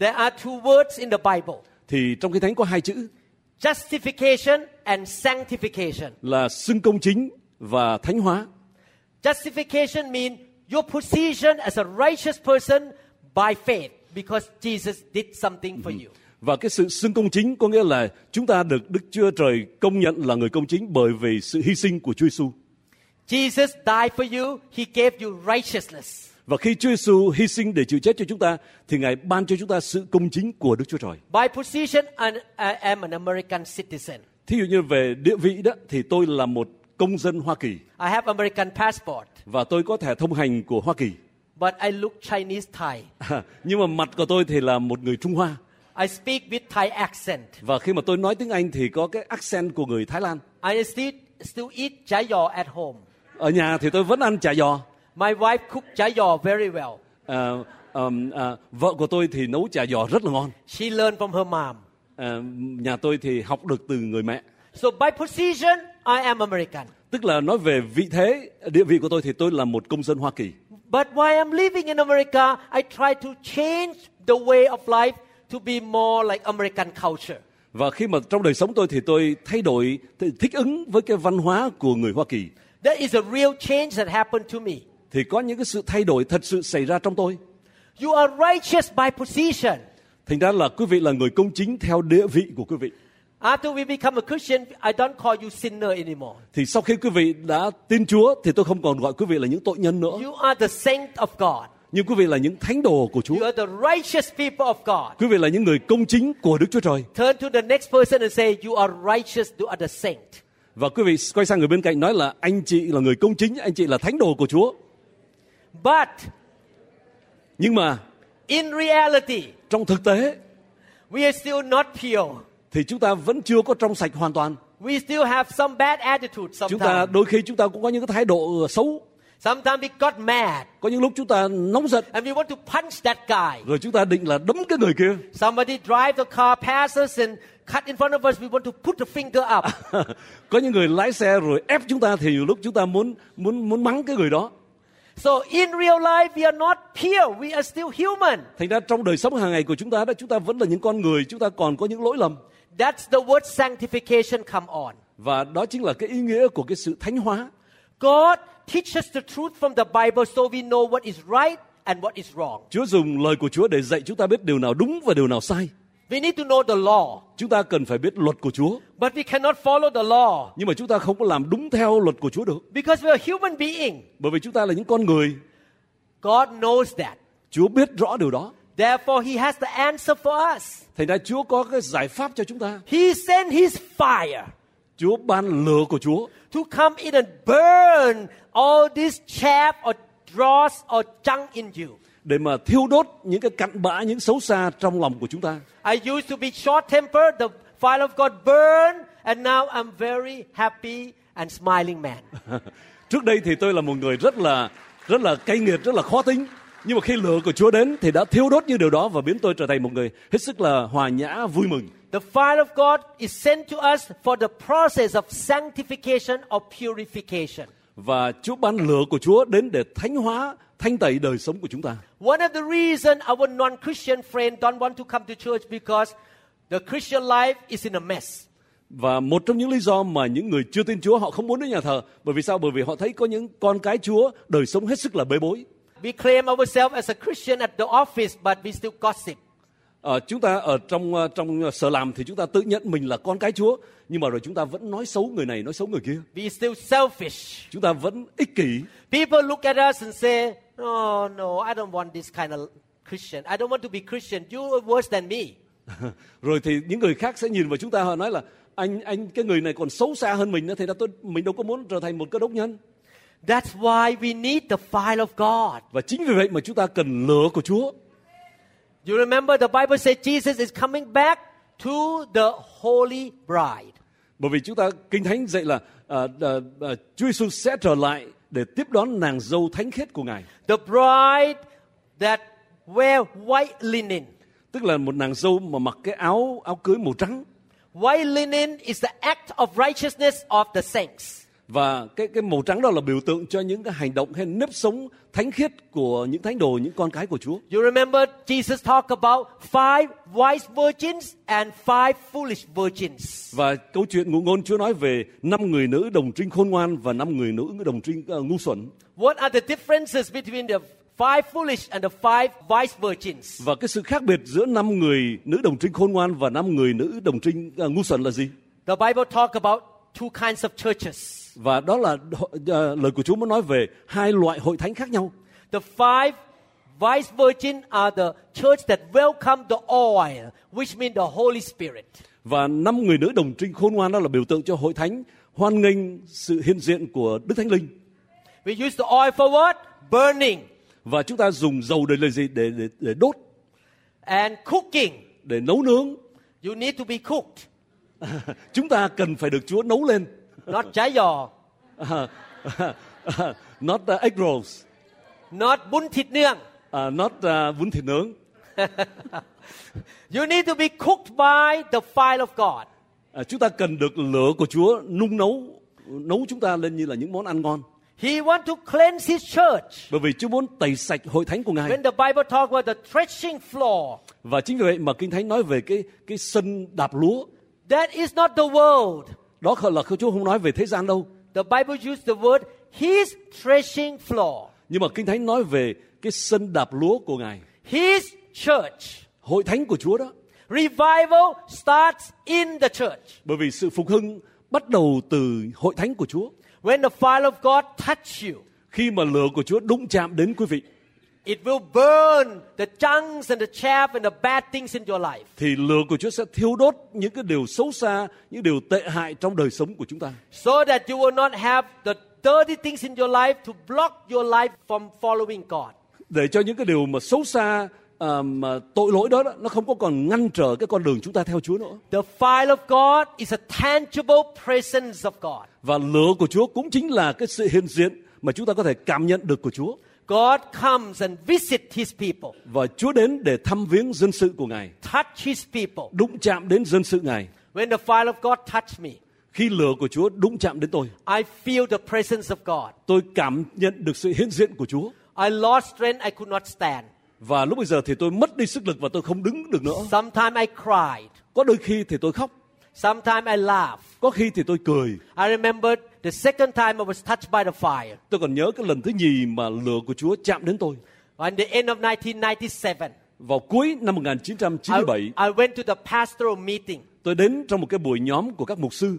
Speaker 2: There are two words in the Bible
Speaker 3: thì trong kinh thánh có hai chữ
Speaker 2: justification and sanctification.
Speaker 3: là xưng công chính và thánh hóa
Speaker 2: Justification means your position as a righteous person by faith because Jesus did something for you.
Speaker 3: và cái sự xưng công chính có nghĩa là chúng ta được Đức Chúa Trời công nhận là người công chính bởi vì sự hy sinh của Chúa Giêsu.
Speaker 2: Jesus died for you, He gave you righteousness.
Speaker 3: Và khi Chúa Giêsu hy sinh để chịu chết cho chúng ta thì Ngài ban cho chúng ta sự công chính của Đức Chúa Trời.
Speaker 2: By position, an- I am an American citizen.
Speaker 3: Thí dụ như về địa vị đó thì tôi là một công dân Hoa Kỳ
Speaker 2: I have American passport,
Speaker 3: và tôi có thẻ thông hành của Hoa Kỳ.
Speaker 2: but I look Chinese Thai.
Speaker 3: À, nhưng mà mặt của tôi thì là một người Trung Hoa
Speaker 2: I speak with Thai accent.
Speaker 3: và khi mà tôi nói tiếng Anh thì có cái accent của người Thái Lan.
Speaker 2: I still, still eat jayo at home.
Speaker 3: Ở nhà thì tôi vẫn ăn chả giò.
Speaker 2: My wife cooked jayo very well.
Speaker 3: À, ờm, à, vợ của tôi thì nấu chả giò rất là ngon.
Speaker 2: She learned from her mom.
Speaker 3: À, nhà tôi thì học được từ người mẹ
Speaker 2: So by position, I am American.
Speaker 3: tức là nói về vị thế địa vị của tôi thì tôi là một công dân hoa kỳ
Speaker 2: But while I'm living in America, I try to change the way of life to be more like American culture.
Speaker 3: và khi mà trong đời sống tôi thì tôi thay đổi thì thích ứng với cái văn hóa của người hoa kỳ
Speaker 2: That is a real change that happened to me.
Speaker 3: thì có những cái sự thay đổi thật sự xảy ra trong tôi
Speaker 2: You are righteous by position.
Speaker 3: thành ra là quý vị là người công chính theo địa vị của quý vị
Speaker 2: After we become a Christian, I don't call you sinner anymore.
Speaker 3: thì sau khi quý vị đã tin chúa thì tôi không còn gọi quý vị là những tội nhân nữa
Speaker 2: You are the saint of God.
Speaker 3: nhưng quý vị là những thánh đồ của
Speaker 2: You
Speaker 3: chúa
Speaker 2: are the righteous people of God.
Speaker 3: quý vị là những người công chính của đức chúa trời
Speaker 2: Turn to the next person and say, You are righteous, you are the saint.
Speaker 3: và quý vị quay sang người bên cạnh nói là anh chị là người công chính anh chị là thánh đồ của chúa
Speaker 2: But
Speaker 3: nhưng mà
Speaker 2: in reality,
Speaker 3: trong thực tế
Speaker 2: we are still not pure.
Speaker 3: thì chúng ta vẫn chưa có trong sạch hoàn toàn
Speaker 2: We still have some bad attitude
Speaker 3: chúng ta
Speaker 2: sometimes.
Speaker 3: đôi khi chúng ta cũng có những cái thái độ xấu
Speaker 2: Sometimes we got mad
Speaker 3: có những lúc chúng ta nóng giận
Speaker 2: and we want to punch that guy.
Speaker 3: rồi chúng ta định là đấm cái người kia
Speaker 2: Somebody drive the car past us and cut in front of us. We want to put the finger up.
Speaker 3: có những người lái xe rồi ép chúng ta thì nhiều lúc chúng ta muốn muốn muốn mắng cái người đó
Speaker 2: so in real life, we are not pure. We are still human.
Speaker 3: thành ra trong đời sống hàng ngày của chúng ta đó chúng ta vẫn là những con người chúng ta còn có những lỗi lầm
Speaker 2: That's the word sanctification come on.
Speaker 3: và đó chính là cái ý nghĩa của cái sự thánh hóa
Speaker 2: God teaches the truth from the Bible so we know what is right and what is wrong.
Speaker 3: chúa dùng lời của chúa để dạy chúng ta biết điều nào đúng và điều nào sai
Speaker 2: We need to know the law,
Speaker 3: chúng ta cần phải biết luật của chúa
Speaker 2: but we cannot follow the law
Speaker 3: nhưng mà chúng ta không có làm đúng theo luật của chúa được
Speaker 2: because we're a human being.
Speaker 3: bởi vì chúng ta là những con người
Speaker 2: God knows that.
Speaker 3: chúa biết rõ điều đó
Speaker 2: Therefore, He has the answer for us.
Speaker 3: Thành ra Chúa có cái giải pháp cho chúng ta.
Speaker 2: He sent His fire
Speaker 3: Chúa ban lửa của Chúa
Speaker 2: to come in and burn all this chaff or dross or junk in you.
Speaker 3: để mà thiêu đốt những cái cặn bã, những xấu xa trong lòng của chúng ta.
Speaker 2: I used to be short tempered, the fire of God burned, and now I'm very happy and smiling man.
Speaker 3: Trước đây thì tôi là một người rất là rất là cay nghiệt, rất là khó tính. Nhưng mà khi lửa của Chúa đến thì đã thiêu đốt như điều đó và biến tôi trở thành một người hết sức là hòa nhã, vui mừng.
Speaker 2: The fire of God is sent to us for the process of sanctification or purification.
Speaker 3: Và Chúa ban lửa của Chúa đến để thánh hóa, thanh tẩy đời sống của chúng ta.
Speaker 2: One of the reasons our non-Christian friend don't want to come to church because the Christian life is in a mess.
Speaker 3: Và một trong những lý do mà những người chưa tin Chúa họ không muốn đến nhà thờ bởi vì sao? Bởi vì họ thấy có những con cái Chúa đời sống hết sức là bê bối.
Speaker 2: We claim ourselves as a Christian at the office, but we still gossip.
Speaker 3: Ờ, chúng ta ở trong ờ, trong sở làm thì chúng ta tự nhận mình là con cái Chúa nhưng mà rồi chúng ta vẫn nói xấu người này nói xấu người kia
Speaker 2: We still selfish.
Speaker 3: chúng ta vẫn ích kỷ
Speaker 2: People look at us and say, "No, no, I don't want this kind of Christian. I don't want to be Christian. You are worse than me."
Speaker 3: rồi thì những người khác sẽ nhìn vào chúng ta họ nói là anh anh cái người này còn xấu xa hơn mình nữa thì là tôi mình đâu có muốn trở thành một cơ đốc nhân
Speaker 2: That's why we need the file of God.
Speaker 3: và chính vì vậy mà chúng ta cần lửa của Chúa
Speaker 2: You remember the Bible says Jesus is coming back to the holy bride.
Speaker 3: bởi vì chúng ta kinh thánh dạy là ờ, ờ, ờ, Chúa Giêsu sẽ trở lại để tiếp đón nàng dâu thánh khiết của ngài
Speaker 2: The bride that wear white linen.
Speaker 3: tức là một nàng dâu mà mặc cái áo áo cưới màu trắng
Speaker 2: White linen is the act of righteousness of the saints.
Speaker 3: và cái cái màu trắng đó là biểu tượng cho những cái hành động hay nếp sống thánh khiết của những thánh đồ những con cái của Chúa
Speaker 2: You remember Jesus talked about five wise virgins and five foolish virgins.
Speaker 3: và câu chuyện ngụ ngôn Chúa nói về năm người nữ đồng trinh khôn ngoan và năm người nữ đồng trinh ờ, ngu xuẩn
Speaker 2: What are the differences between the five foolish and the five wise virgins?
Speaker 3: và cái sự khác biệt giữa năm người nữ đồng trinh khôn ngoan và năm người nữ đồng trinh ờ, ngu xuẩn là gì
Speaker 2: The Bible talks about two kinds of churches.
Speaker 3: và đó là đo- ờ, lời của Chúa muốn nói về hai loại hội thánh khác nhau
Speaker 2: The five vice virgin are the church that welcome the oil, which means the Holy Spirit.
Speaker 3: và năm người nữ đồng trinh khôn ngoan đó là biểu tượng cho hội thánh hoan nghênh sự hiện diện của Đức Thánh Linh
Speaker 2: We use the oil for what? Burning
Speaker 3: và chúng ta dùng dầu để lời gì để để, để đốt
Speaker 2: and cooking.
Speaker 3: để nấu nướng
Speaker 2: You need to be cooked,
Speaker 3: chúng ta cần phải được Chúa nấu lên
Speaker 2: not jayo,
Speaker 3: not uh, egg rolls
Speaker 2: not bún thịt nương.
Speaker 3: uh, not uh, bún thịt nướng
Speaker 2: You need to be cooked by the fire of God.
Speaker 3: À, chúng ta cần được lửa của Chúa nung nấu nấu chúng ta lên như là những món ăn ngon
Speaker 2: He wants to cleanse his church.
Speaker 3: bởi vì Chúa muốn tẩy sạch hội thánh của ngài
Speaker 2: When the Bible talks about the threshing floor,
Speaker 3: và chính vì vậy mà kinh thánh nói về cái cái sân đạp lúa
Speaker 2: that is not the world.
Speaker 3: đó là Chúa không nói về thế gian đâu
Speaker 2: The Bible used the word his threshing floor,
Speaker 3: nhưng mà kinh thánh nói về cái sân đạp lúa của ngài
Speaker 2: his church.
Speaker 3: hội thánh của Chúa đó
Speaker 2: Revival starts in the church.
Speaker 3: bởi vì sự phục hưng bắt đầu từ hội thánh của Chúa
Speaker 2: When the fire of God touch you,
Speaker 3: khi mà lửa của Chúa đụng chạm đến quý vị
Speaker 2: it will burn the junks and the chaff and the bad things in your life.
Speaker 3: thì lửa của Chúa sẽ thiêu đốt những cái điều xấu xa, những điều tệ hại trong đời sống của chúng ta
Speaker 2: So that you will not have the dirty things in your life to block your life from following God.
Speaker 3: để cho những cái điều mà xấu xa à, mà tội lỗi đó, đó nó không có còn ngăn trở cái con đường chúng ta theo Chúa nữa
Speaker 2: The fire of God is a tangible presence of God.
Speaker 3: và lửa của Chúa cũng chính là cái sự hiện diện mà chúng ta có thể cảm nhận được của Chúa
Speaker 2: God comes and visits his people,
Speaker 3: và Chúa đến để thăm viếng dân sự của Ngài
Speaker 2: touch his people.
Speaker 3: đụng chạm đến dân sự Ngài
Speaker 2: When the fire of God touch me,
Speaker 3: khi lửa của Chúa đụng chạm đến tôi
Speaker 2: I feel the presence of God.
Speaker 3: tôi cảm nhận được sự hiện diện của Chúa
Speaker 2: I lost strength, I could not stand.
Speaker 3: và lúc bây giờ thì tôi mất đi sức lực và tôi không đứng được nữa
Speaker 2: Sometimes I cried.
Speaker 3: có đôi khi thì tôi khóc
Speaker 2: Sometimes I laughed.
Speaker 3: có khi thì tôi cười
Speaker 2: I remembered the second time I was touched by the fire
Speaker 3: Tôi còn nhớ cái lần thứ nhì mà lửa của Chúa chạm đến tôi.
Speaker 2: on the end of 1997.
Speaker 3: Vào cuối năm
Speaker 2: I,
Speaker 3: 1997,
Speaker 2: I went to the pastoral meeting,
Speaker 3: tôi đến trong một cái buổi nhóm của các mục sư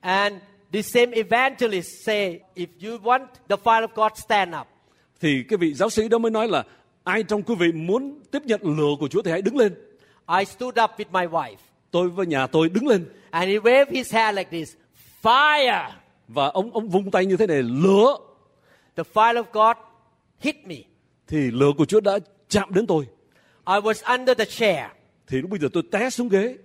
Speaker 2: and the same evangelist say, "If you want the fire of God, stand up."
Speaker 3: thì cái vị giáo sĩ đó mới nói là ai trong quý vị muốn tiếp nhận lửa của Chúa thì hãy đứng lên.
Speaker 2: I stood up with my wife,
Speaker 3: Tôi với nhà tôi đứng lên
Speaker 2: and he waved his hand like this, "Fire!"
Speaker 3: và ông ông vung tay như thế này lửa
Speaker 2: The fire of God hit me.
Speaker 3: thì lửa của Chúa đã chạm đến tôi.
Speaker 2: I was under the chair,
Speaker 3: Thì lúc bây giờ tôi té xuống ghế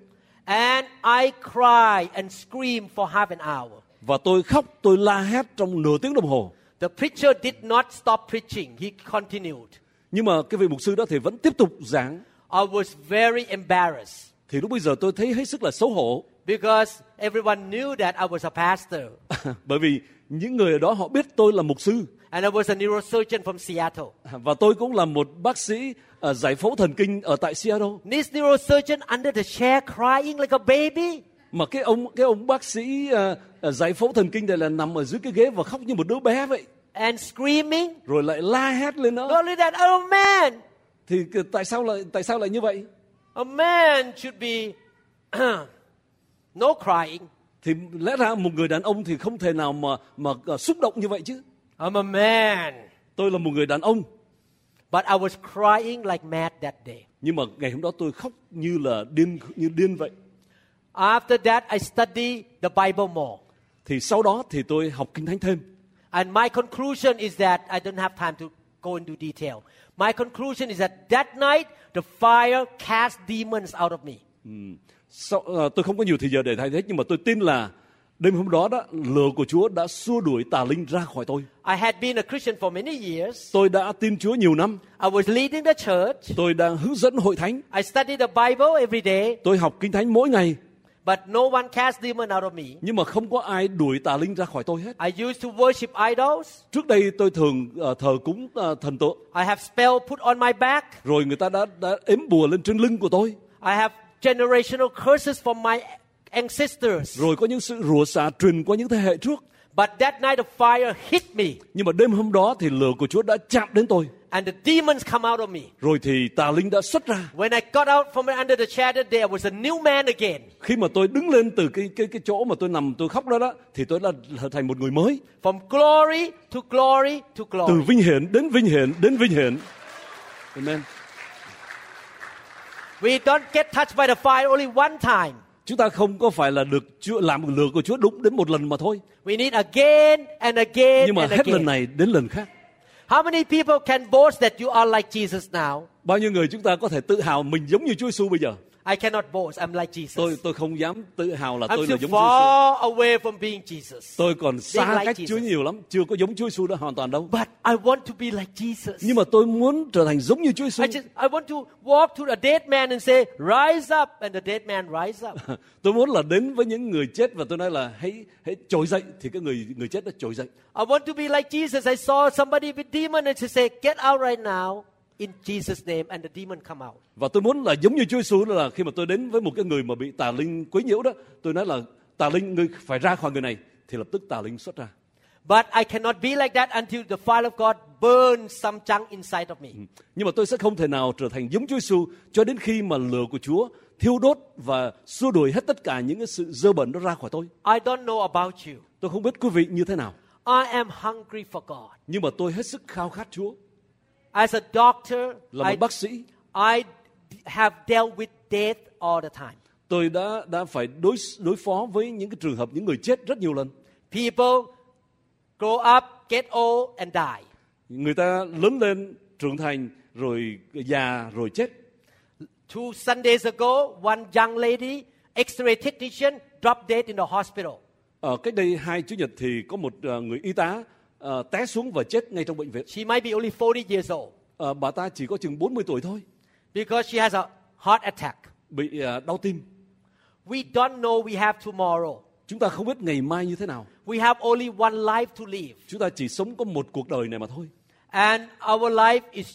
Speaker 2: and I cried and screamed for half an hour.
Speaker 3: và tôi khóc, tôi la hét trong nửa tiếng đồng hồ.
Speaker 2: The preacher did not stop preaching. He continued.
Speaker 3: Nhưng mà cái vị mục sư đó thì vẫn tiếp tục giảng.
Speaker 2: I was very embarrassed
Speaker 3: Thì lúc bây giờ tôi thấy hết sức là xấu hổ
Speaker 2: because everyone knew that I was a pastor
Speaker 3: bởi vì những người ở đó họ biết tôi là mục sư
Speaker 2: and I was a neurosurgeon from Seattle.
Speaker 3: và tôi cũng là một bác sĩ ờ, giải phẫu thần kinh ở tại Seattle
Speaker 2: This neurosurgeon under the chair crying like a baby.
Speaker 3: mà cái ông cái ông bác sĩ ờ, ờ, giải phẫu thần kinh này là nằm ở dưới cái ghế và khóc như một đứa bé vậy
Speaker 2: and screaming.
Speaker 3: rồi lại la hét lên nữa
Speaker 2: Not only that, oh man,
Speaker 3: thì c- tại sao lại tại sao lại như vậy
Speaker 2: a man should be no crying.
Speaker 3: thì lẽ ra một người đàn ông thì không thể nào mà mà à, xúc động như vậy chứ
Speaker 2: I'm a man.
Speaker 3: tôi là một người đàn ông
Speaker 2: But I was crying like mad that day.
Speaker 3: nhưng mà ngày hôm đó tôi khóc như là điên như điên vậy
Speaker 2: After that, I study the Bible more.
Speaker 3: thì sau đó thì tôi học kinh thánh thêm
Speaker 2: And my conclusion is that I don't have time to go into detail. My conclusion is that that night, the fire cast demons out of me.
Speaker 3: sau, à, tôi không có nhiều thời giờ để thay thế nhưng mà tôi tin là đêm hôm đó đó lửa của Chúa đã xua đuổi tà linh ra khỏi tôi
Speaker 2: I had been a Christian for many years.
Speaker 3: tôi đã tin Chúa nhiều năm
Speaker 2: I was leading the church.
Speaker 3: tôi đang hướng dẫn hội thánh
Speaker 2: I studied the Bible every day,
Speaker 3: tôi học kinh thánh mỗi ngày
Speaker 2: but no one cast demon out of me.
Speaker 3: nhưng mà không có ai đuổi tà linh ra khỏi tôi hết
Speaker 2: I used to worship idols.
Speaker 3: trước đây tôi thường à, thờ cúng à, thần tượng
Speaker 2: I have spell put on my back.
Speaker 3: rồi người ta đã đã ếm bùa lên trên lưng của tôi
Speaker 2: I have generational curses from my ancestors.
Speaker 3: rồi có những sự rủa xả truyền qua những thế hệ trước
Speaker 2: But that night the fire hit me
Speaker 3: nhưng mà đêm hôm đó thì lửa của Chúa đã chạm đến tôi
Speaker 2: and the demons come out of me.
Speaker 3: rồi thì tà linh đã xuất ra
Speaker 2: When I got out from under the shadow there was a new man again.
Speaker 3: khi mà tôi đứng lên từ cái cái cái chỗ mà tôi nằm tôi khóc đó đó thì tôi đã trở thành một người mới
Speaker 2: From glory to glory to
Speaker 3: từ
Speaker 2: glory.
Speaker 3: vinh hiển đến vinh hiển đến vinh hiển amen
Speaker 2: We don't get touched by the fire only one time.
Speaker 3: chúng ta không có phải là được Chúa làm lửa của Chúa đúng đến một lần mà thôi
Speaker 2: We need again and again
Speaker 3: nhưng mà
Speaker 2: and
Speaker 3: hết lần
Speaker 2: again.
Speaker 3: này đến lần khác
Speaker 2: How many people can boast that you are like Jesus now?
Speaker 3: bao nhiêu người chúng ta có thể tự hào mình giống như Chúa Giêsu bây giờ
Speaker 2: I cannot boast. I'm like Jesus.
Speaker 3: tôi tôi không dám tự hào là
Speaker 2: I'm
Speaker 3: tôi là
Speaker 2: too
Speaker 3: giống Chúa Giêsu
Speaker 2: far away from being Jesus.
Speaker 3: tôi còn
Speaker 2: Being
Speaker 3: xa
Speaker 2: like
Speaker 3: cách Chúa
Speaker 2: Jesus.
Speaker 3: nhiều lắm chưa có giống Chúa Giêsu đó hoàn toàn đâu
Speaker 2: But I want to be like Jesus.
Speaker 3: nhưng mà tôi muốn trở thành giống như Chúa Giêsu
Speaker 2: I just I want to walk to a dead man and say, "Rise up," and the dead man rise up.
Speaker 3: tôi muốn là đến với những người chết và tôi nói là hãy hãy trỗi dậy thì cái người người chết đó trỗi dậy
Speaker 2: I want to be like Jesus. I saw somebody with demon and she said, "Get out right now." In Jesus' name, and the demon come out.
Speaker 3: và tôi muốn là giống như Chúa Giêsu đó là khi mà tôi đến với một cái người mà bị tà linh quấy nhiễu đó tôi nói là tà linh ngươi phải ra khỏi người này thì lập tức tà linh xuất ra
Speaker 2: But I cannot be like that until the fire of God burns some junk inside of me.
Speaker 3: nhưng mà tôi sẽ không thể nào trở thành giống Chúa Giêsu cho đến khi mà lửa của Chúa thiêu đốt và xua đuổi hết tất cả những cái sự dơ bẩn đó ra khỏi tôi
Speaker 2: I don't know about you.
Speaker 3: tôi không biết quý vị như thế nào
Speaker 2: I am hungry for God.
Speaker 3: nhưng mà tôi hết sức khao khát Chúa
Speaker 2: As a doctor,
Speaker 3: là một
Speaker 2: I,
Speaker 3: bác sĩ
Speaker 2: I have dealt with death all the time.
Speaker 3: tôi đã đã phải đối đối phó với những cái trường hợp những người chết rất nhiều lần
Speaker 2: People grow up, get old, and die.
Speaker 3: người ta lớn lên trưởng thành rồi già rồi chết
Speaker 2: Two Sundays ago, one young lady, X-ray technician, dropped dead in the hospital.
Speaker 3: ở cách đây hai chủ nhật thì có một ờ, người y tá ờ, té xuống và chết ngay trong bệnh viện
Speaker 2: She might be only 40 years old
Speaker 3: Ờ, bà ta chỉ có chừng 40 tuổi thôi
Speaker 2: because she has a heart attack.
Speaker 3: bị ờ, đau tim
Speaker 2: We don't know we have tomorrow.
Speaker 3: chúng ta không biết ngày mai như thế nào
Speaker 2: We have only one life to live,
Speaker 3: chúng ta chỉ sống có một cuộc đời này mà thôi
Speaker 2: and our life is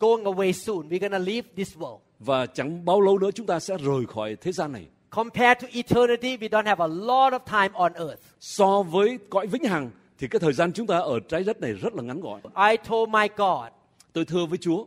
Speaker 2: going away soon. We're gonna leave this world.
Speaker 3: và chẳng bao lâu nữa chúng ta sẽ rời khỏi thế gian này
Speaker 2: Compared to eternity, we don't have a lot of time on earth.
Speaker 3: so với cõi vĩnh hằng thì cái thời gian chúng ta ở trái đất này rất là ngắn gọn
Speaker 2: I told my God,
Speaker 3: tôi thưa với chúa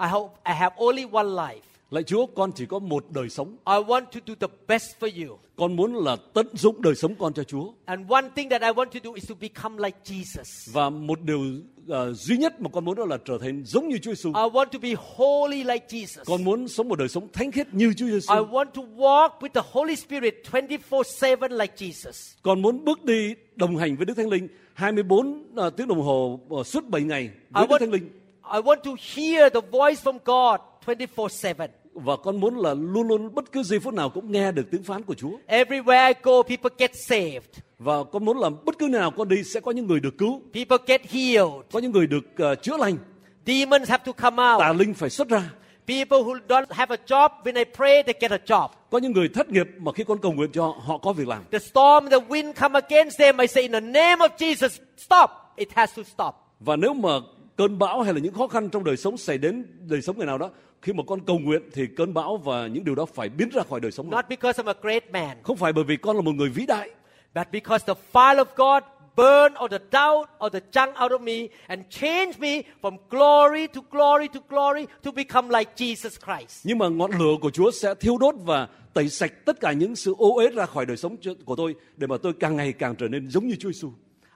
Speaker 2: I hope I have only one life.
Speaker 3: lạy chúa con chỉ có một đời sống
Speaker 2: I want to do the best for you.
Speaker 3: con muốn là tận dụng đời sống con cho chúa
Speaker 2: And one thing that I want to do is to become like Jesus.
Speaker 3: và một điều ờ, duy nhất mà con muốn đó là trở thành giống như Chúa Giêsu.
Speaker 2: I want to be holy like Jesus.
Speaker 3: Con muốn sống một đời sống thánh khiết như Chúa Giêsu.
Speaker 2: I want to walk with the Holy Spirit 24 7 like Jesus.
Speaker 3: Con muốn bước đi đồng hành với Đức Thánh Linh 24 ờ, tiếng đồng hồ ờ, suốt 7 ngày với
Speaker 2: I
Speaker 3: Đức Thánh
Speaker 2: want,
Speaker 3: Linh
Speaker 2: I want to hear the voice from God 24 7.
Speaker 3: và con muốn là luôn luôn bất cứ giây phút nào cũng nghe được tiếng phán của Chúa
Speaker 2: Everywhere I go, people get saved,
Speaker 3: và con muốn là bất cứ nơi nào con đi sẽ có những người được cứu,
Speaker 2: people get healed.
Speaker 3: có những người được ờ, chữa lành,
Speaker 2: Demons have to come
Speaker 3: tà
Speaker 2: out.
Speaker 3: linh phải xuất ra.
Speaker 2: People who don't have a job, when I pray, they get a job.
Speaker 3: Có những người thất nghiệp mà khi con cầu nguyện cho họ, họ có việc làm.
Speaker 2: The storm, the wind come against them. I say, in the name of Jesus, stop. It has to stop.
Speaker 3: Và nếu mà cơn bão hay là những khó khăn trong đời sống xảy đến đời sống người nào đó, khi mà con cầu nguyện thì cơn bão và những điều đó phải biến ra khỏi đời sống. họ.
Speaker 2: Not because I'm a great man,
Speaker 3: Không phải bởi vì con là một người vĩ đại,
Speaker 2: but because the fire of God burn all the doubt, all the junk out of me, and change me from glory to glory to glory to become like Jesus Christ.
Speaker 3: Nhưng mà ngọn lửa của Chúa sẽ thiêu đốt và tẩy sạch tất cả những sự ô uế ra khỏi đời sống cho- của tôi để mà tôi càng ngày càng trở nên giống như Chúa Giêsu.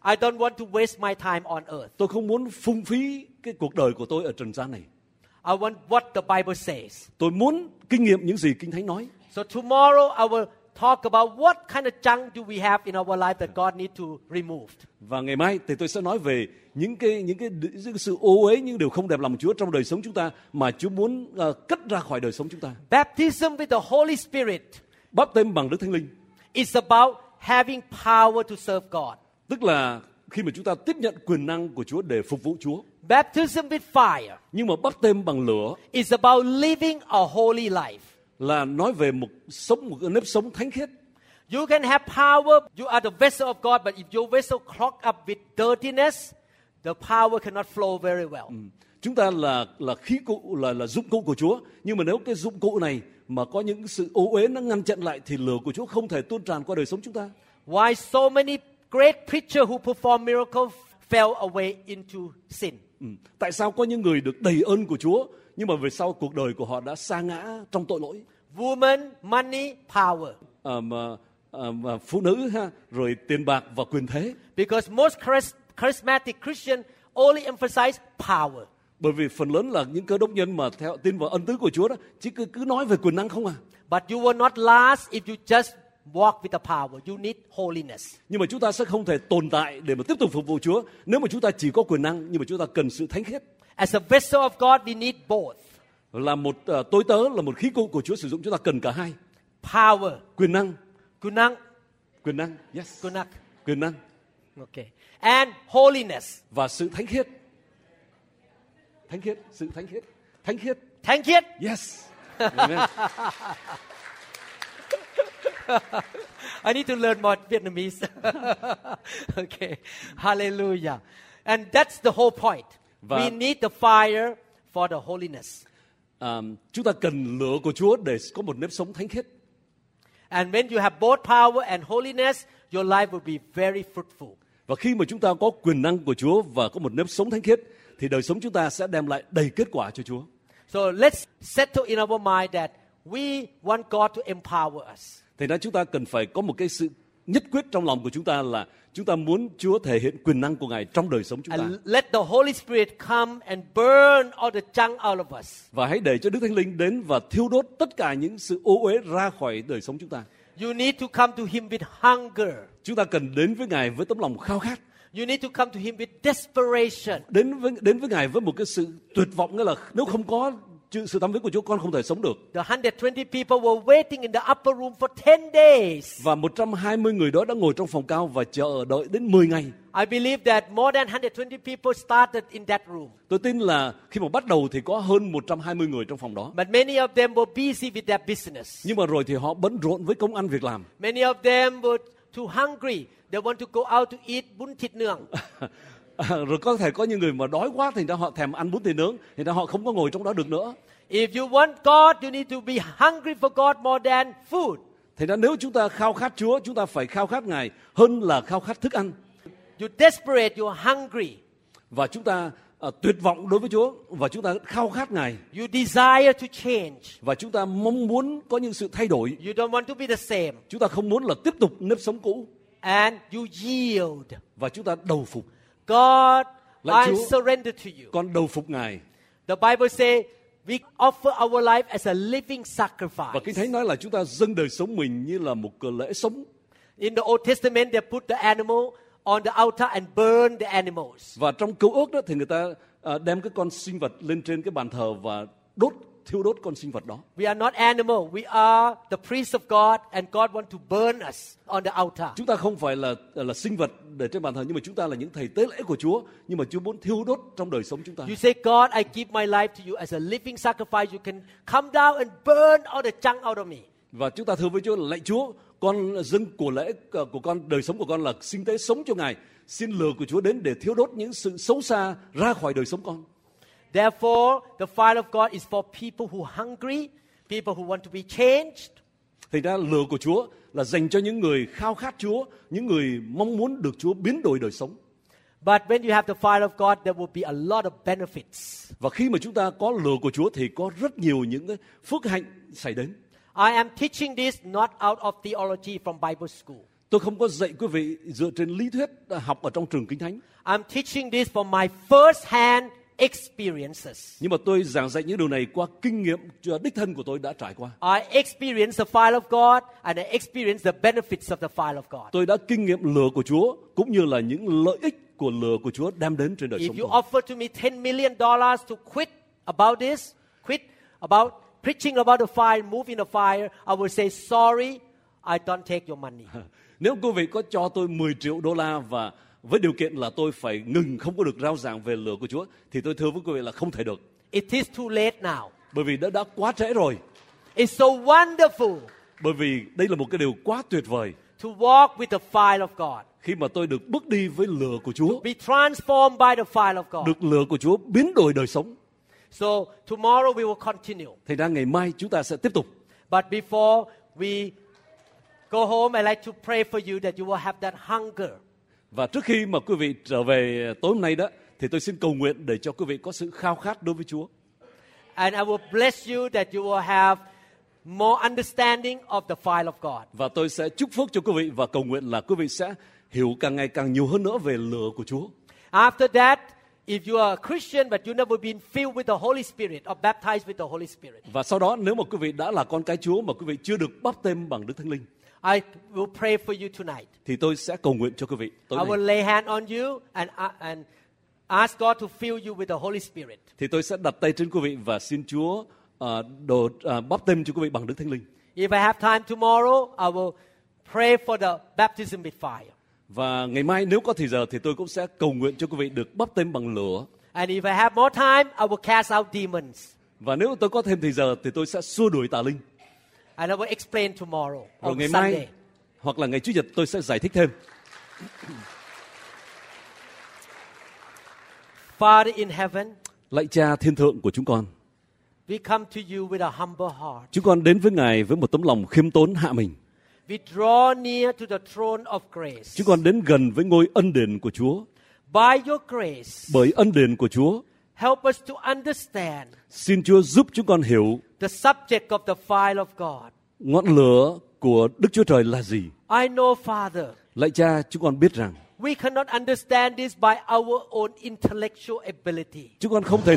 Speaker 2: I don't want to waste my time on earth.
Speaker 3: Tôi không muốn phung phí cái cuộc đời của tôi ở trần gian này.
Speaker 2: I want what the Bible says.
Speaker 3: Tôi muốn kinh nghiệm những gì Kinh Thánh nói.
Speaker 2: So tomorrow I will talk about what kind of junk do we have in our life that God needs to remove.
Speaker 3: Và ngày mai thì tôi sẽ nói về những cái những cái, những cái sự ô uế những điều không đẹp lòng Chúa trong đời sống chúng ta mà Chúa muốn ờ, cất ra khỏi đời sống chúng ta.
Speaker 2: Baptism with the Holy Spirit
Speaker 3: Báp têm bằng Đức Thánh Linh,
Speaker 2: is about having power to serve God.
Speaker 3: tức là khi mà chúng ta tiếp nhận quyền năng của Chúa để phục vụ Chúa.
Speaker 2: Baptism with fire
Speaker 3: Nhưng mà báp têm bằng lửa
Speaker 2: is about living a holy life.
Speaker 3: là nói về một sống một cái nếp sống thánh khiết.
Speaker 2: You can have power, you are the vessel of God, but if your vessel clogged up with dirtiness, the power cannot flow very well.
Speaker 3: Mm. Chúng ta là là khí cụ là là dụng cụ của Chúa, nhưng mà nếu cái dụng cụ này mà có những sự ô uế nó ngăn chặn lại thì lửa của Chúa không thể tuôn tràn qua đời sống chúng ta.
Speaker 2: Why so many great preachers who perform miracles fell away into sin?
Speaker 3: Ừ. Tại sao có những người được đầy ơn của Chúa nhưng mà về sau cuộc đời của họ đã sa ngã trong tội lỗi?
Speaker 2: Woman, money, power.
Speaker 3: À, mà, à, mà phụ nữ ha, rồi tiền bạc và quyền thế.
Speaker 2: Because most charis- charismatic Christian only emphasize power.
Speaker 3: Bởi vì phần lớn là những cơ đốc nhân mà theo tin vào ân tứ của Chúa đó chỉ cứ cứ nói về quyền năng không à.
Speaker 2: But you will not last if you just walk with the power. You need holiness.
Speaker 3: Nhưng mà chúng ta sẽ không thể tồn tại để mà tiếp tục phục vụ Chúa nếu mà chúng ta chỉ có quyền năng nhưng mà chúng ta cần sự thánh khiết.
Speaker 2: As a vessel of God, we need both
Speaker 3: Là một à, tôi tớ là một khí cụ của Chúa sử dụng chúng ta cần cả hai,
Speaker 2: power,
Speaker 3: quyền năng,
Speaker 2: gunang,
Speaker 3: quyền năng, yes,
Speaker 2: gunak,
Speaker 3: quyền năng
Speaker 2: okay, and holiness.
Speaker 3: và sự thánh khiết. Thánh khiết, sự thánh khiết, thánh khiết.
Speaker 2: Thank you.
Speaker 3: Yes. Amen.
Speaker 2: I need to learn more Vietnamese. okay, hallelujah. And that's the whole point.
Speaker 3: Và-
Speaker 2: we need the fire for the holiness.
Speaker 3: À, chúng ta cần lửa của Chúa để có một nếp sống thánh khiết.
Speaker 2: And when you have both power and holiness, your life will be very fruitful.
Speaker 3: Và khi mà chúng ta có quyền năng của Chúa và có một nếp sống thánh khiết thì đời sống chúng ta sẽ đem lại đầy kết quả cho Chúa.
Speaker 2: So let's settle in our mind that we want God to empower us.
Speaker 3: Thì đó chúng ta cần phải có một cái sự nhất quyết trong lòng của chúng ta là chúng ta muốn Chúa thể hiện quyền năng của Ngài trong đời sống chúng ta.
Speaker 2: And let the Holy Spirit come and burn all the junk out of us.
Speaker 3: Và hãy để cho Đức Thánh Linh đến và thiêu đốt tất cả những sự ô uế ra khỏi đời sống chúng ta.
Speaker 2: You need to come to Him with hunger.
Speaker 3: Chúng ta cần đến với Ngài với tấm lòng khao khát,
Speaker 2: You need to come to Him with desperation.
Speaker 3: đến với đến với Ngài với một cái sự tuyệt vọng nghĩa là nếu không có chữ- sự tâm huyết của Chúa con không thể sống được.
Speaker 2: The 120 people were waiting in the upper room for 10 days.
Speaker 3: Và 120 người đó đã ngồi trong phòng cao và chờ đợi đến 10 ngày.
Speaker 2: I believe that more than 120 people started in that room.
Speaker 3: Tôi tin là khi mà bắt đầu thì có hơn 120 người trong phòng đó.
Speaker 2: But many of them were busy with their business.
Speaker 3: Nhưng mà rồi thì họ bận rộn với công ăn việc làm.
Speaker 2: Many of them were too hungry. They want to go out to eat bún thịt nướng.
Speaker 3: À, rồi có thể có những người mà đói quá thì ra họ thèm ăn bún thịt nướng, thì ra họ không có ngồi trong đó được nữa.
Speaker 2: If you want God, you need to be hungry for God more than food.
Speaker 3: Thì ra nếu chúng ta khao khát Chúa, chúng ta phải khao khát Ngài hơn là khao khát thức ăn.
Speaker 2: You're desperate, you're hungry.
Speaker 3: Và chúng ta à, tuyệt vọng đối với Chúa và chúng ta khao khát Ngài
Speaker 2: You desire to change.
Speaker 3: và chúng ta mong muốn có những sự thay đổi.
Speaker 2: You don't want to be the same.
Speaker 3: Chúng ta không muốn là tiếp tục nếp sống cũ
Speaker 2: And you yield.
Speaker 3: và chúng ta đầu phục.
Speaker 2: God,
Speaker 3: Lạy
Speaker 2: I
Speaker 3: Chúa.
Speaker 2: surrender to you.
Speaker 3: Con đầu phục Ngài.
Speaker 2: The Bible says we offer our life as a living
Speaker 3: Và
Speaker 2: sacrifice.
Speaker 3: Kinh Thánh nói là chúng ta dâng đời sống mình như là một cờ lễ sống.
Speaker 2: In the Old Testament, they put the animal on the altar and burn the animals.
Speaker 3: Và trong cứu ước đó thì người ta à, đem cái con sinh vật lên trên cái bàn thờ và đốt, thiêu đốt con sinh vật đó.
Speaker 2: We are not animal. We are the priests of God, and God wants to burn us on the altar.
Speaker 3: Chúng ta không phải là là sinh vật để trên bàn thờ nhưng mà chúng ta là những thầy tế lễ của Chúa nhưng mà Chúa muốn thiêu đốt trong đời sống chúng ta.
Speaker 2: You say, God, I give my life to you as a living sacrifice. You can come down and burn all the junk out of me.
Speaker 3: Và chúng ta thưa với Chúa là lạy Chúa, con dâng của lễ ờ, của con đời sống của con là sinh tế sống cho Ngài. Xin lừa của Chúa đến để thiêu đốt những sự xấu xa ra khỏi đời sống con.
Speaker 2: Therefore, the fire of God is for people who are hungry, people who want to be changed.
Speaker 3: Thành ra lừa của Chúa là dành cho những người khao khát Chúa, những người mong muốn được Chúa biến đổi đời sống.
Speaker 2: But when you have the fire of God, there will be a lot of benefits.
Speaker 3: Và khi mà chúng ta có lửa của Chúa thì có rất nhiều những cái phước hạnh xảy đến.
Speaker 2: I am teaching this not out of theology from Bible school.
Speaker 3: Tôi không có dạy quý vị dựa trên lý thuyết đã học ở trong trường Kinh Thánh,
Speaker 2: I'm teaching this from my first hand experiences.
Speaker 3: nhưng mà tôi giảng dạy những điều này qua kinh nghiệm đích thân của tôi đã trải qua.
Speaker 2: I experience the fire of God and I experience the benefits of the fire of God.
Speaker 3: Tôi đã kinh nghiệm lửa của Chúa cũng như là những lợi ích của lửa của Chúa đem đến trên đời
Speaker 2: If
Speaker 3: sống
Speaker 2: you
Speaker 3: tôi.
Speaker 2: offer to me 10 million dollars to quit about this, quit about preaching about the fire, move in the fire, I will say sorry, I don't take your money.
Speaker 3: Nếu quý vị có cho tôi 10 triệu đô la và với điều kiện là tôi phải ngừng không có được rao giảng về lửa của Chúa thì tôi thưa với quý vị là không thể được
Speaker 2: It is too late now.
Speaker 3: bởi vì đã đã quá trễ rồi
Speaker 2: It's so wonderful
Speaker 3: bởi vì đây là một cái điều quá tuyệt vời
Speaker 2: to walk with the fire of God,
Speaker 3: khi mà tôi được bước đi với lửa của Chúa
Speaker 2: be transformed by the fire of God.
Speaker 3: được lửa của Chúa biến đổi đời sống
Speaker 2: So tomorrow we will continue.
Speaker 3: thành ra ngày mai chúng ta sẽ tiếp tục
Speaker 2: But before we go home, I'd like to pray for you that you will have that hunger.
Speaker 3: và trước khi mà quý vị trở về ờ, tối hôm nay đó thì tôi xin cầu nguyện để cho quý vị có sự khao khát đối với Chúa
Speaker 2: And I will bless you that you will have more understanding of the fire of God.
Speaker 3: và tôi sẽ chúc phước cho quý vị và cầu nguyện là quý vị sẽ hiểu càng ngày càng nhiều hơn nữa về lửa của Chúa
Speaker 2: After that, if you are a Christian but you never been filled with the Holy Spirit or baptized with the Holy Spirit,
Speaker 3: Và sau đó nếu mà quý vị đã là con cái Chúa mà quý vị chưa được báp tên bằng Đức Thánh Linh
Speaker 2: I will pray for you tonight.
Speaker 3: thì tôi sẽ cầu nguyện cho quý vị
Speaker 2: I
Speaker 3: tối
Speaker 2: will
Speaker 3: nay.
Speaker 2: lay hand on you and, uh, and ask God to fill you with the Holy Spirit.
Speaker 3: Thì tôi sẽ đặt tay trên quý vị và xin Chúa à, đồ à, báp tên cho quý vị bằng Đức Thánh Linh.
Speaker 2: If I have time tomorrow, I will pray for the baptism with fire.
Speaker 3: Và ngày mai nếu có thời giờ thì tôi cũng sẽ cầu nguyện cho quý vị được báp tên bằng lửa.
Speaker 2: And if I have more time, I will cast out demons.
Speaker 3: Và nếu tôi có thêm thời giờ thì tôi sẽ xua đuổi tà linh.
Speaker 2: And I will explain tomorrow
Speaker 3: Rồi
Speaker 2: on
Speaker 3: ngày
Speaker 2: Sunday.
Speaker 3: mai hoặc là ngày Chủ nhật tôi sẽ giải thích thêm.
Speaker 2: Father in heaven,
Speaker 3: Lạy Cha thiên thượng của chúng con,
Speaker 2: we come to you with a humble heart.
Speaker 3: chúng con đến với Ngài với một tấm lòng khiêm tốn hạ mình.
Speaker 2: We draw near to the throne of grace.
Speaker 3: Chúng con đến gần với ngôi ân đền của Chúa,
Speaker 2: By your grace,
Speaker 3: bởi ân đền của Chúa
Speaker 2: help us to understand
Speaker 3: Xin Chúa giúp chúng con hiểu
Speaker 2: the subject of the fire of God.
Speaker 3: ngọn lửa của Đức Chúa Trời là gì.
Speaker 2: I know, Father,
Speaker 3: Lạy cha, chúng con biết rằng
Speaker 2: we cannot understand this by our own intellectual ability.
Speaker 3: chúng con không thể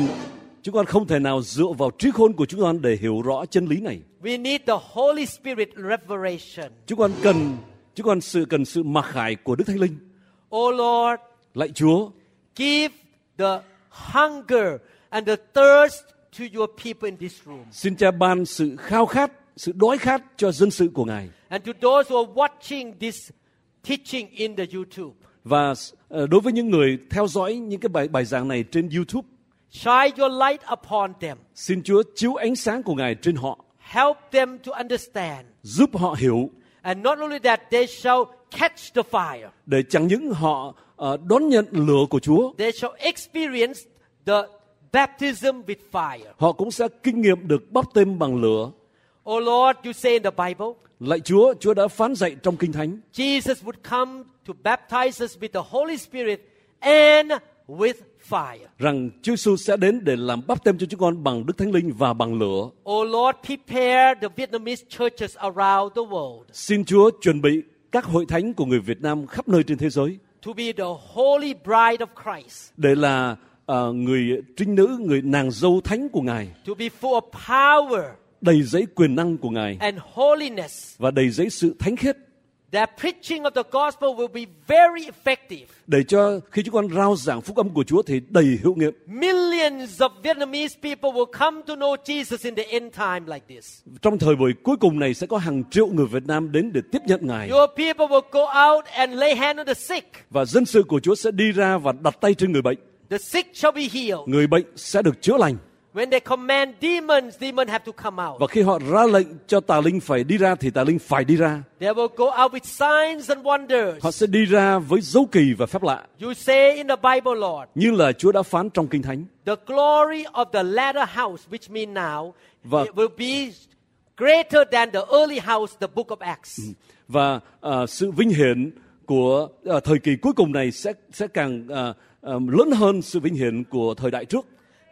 Speaker 3: chúng con không thể nào dựa vào trí khôn của chúng con để hiểu rõ chân lý này.
Speaker 2: We need the Holy Spirit revelation.
Speaker 3: Chúng con cần chúng con sự cần sự mặc khải của Đức Thánh Linh.
Speaker 2: Oh Lord,
Speaker 3: Lạy Chúa,
Speaker 2: Give the hunger and the thirst to your people in this room.
Speaker 3: xin Cha ban sự khao khát, sự đói khát cho dân sự của Ngài
Speaker 2: And to those who are watching this teaching in the YouTube,
Speaker 3: và ờ, đối với những người theo dõi những cái bài bài giảng này trên YouTube,
Speaker 2: shine your light upon them.
Speaker 3: xin Chúa chiếu ánh sáng của Ngài trên họ,
Speaker 2: Help them to understand.
Speaker 3: giúp họ hiểu
Speaker 2: And not only that, they shall catch the fire.
Speaker 3: để chẳng những họ ờ, đón nhận lửa của Chúa
Speaker 2: They shall experience the baptism with fire.
Speaker 3: họ cũng sẽ kinh nghiệm được bắp tên bằng lửa.
Speaker 2: Oh Lord, you say in the Bible,
Speaker 3: Lạy Chúa, Chúa đã phán dạy trong Kinh Thánh,
Speaker 2: Jesus would come to baptize us with the Holy Spirit and with fire.
Speaker 3: rằng Chúa Giêsu sẽ đến để làm bắp tên cho chúng con bằng Đức Thánh Linh và bằng lửa.
Speaker 2: Oh Lord, prepare the Vietnamese churches around the world
Speaker 3: Xin Chúa chuẩn bị các hội thánh của người Việt Nam khắp nơi trên thế giới
Speaker 2: to be the holy bride of Christ,
Speaker 3: để là ờ, người trinh nữ, người nàng dâu thánh của Ngài,
Speaker 2: to be full of power
Speaker 3: đầy giấy quyền năng của Ngài
Speaker 2: and holiness.
Speaker 3: và đầy giấy sự thánh khiết
Speaker 2: Their preaching of the gospel will be very effective.
Speaker 3: để cho khi chúng con rao giảng phúc âm của Chúa thì đầy hiệu nghiệm.
Speaker 2: Millions of Vietnamese people will come to know Jesus in the end time like this.
Speaker 3: Trong thời buổi cuối cùng này sẽ có hàng triệu người Việt Nam đến để tiếp nhận Ngài.
Speaker 2: Your people will go out and lay hand on the sick.
Speaker 3: và dân sự của Chúa sẽ đi ra và đặt tay trên người bệnh.
Speaker 2: The sick shall be healed.
Speaker 3: Người bệnh sẽ được chữa lành.
Speaker 2: When they command demons, demons have to come
Speaker 3: Và
Speaker 2: out.
Speaker 3: khi họ ra lệnh cho tà linh phải đi ra thì tà linh phải đi ra.
Speaker 2: They will go out with signs and wonders.
Speaker 3: Họ sẽ đi ra với dấu kỳ và phép lạ
Speaker 2: You say in the Bible, Lord,
Speaker 3: như là Chúa đã phán trong Kinh Thánh.
Speaker 2: The glory of the latter house, which means now,
Speaker 3: Vâng.
Speaker 2: it will be greater than the early house, the book of Acts.
Speaker 3: Mm. và à, sự vinh hiển của à, thời kỳ cuối cùng này sẽ sẽ càng à, à, lớn hơn sự vinh hiển của thời đại trước.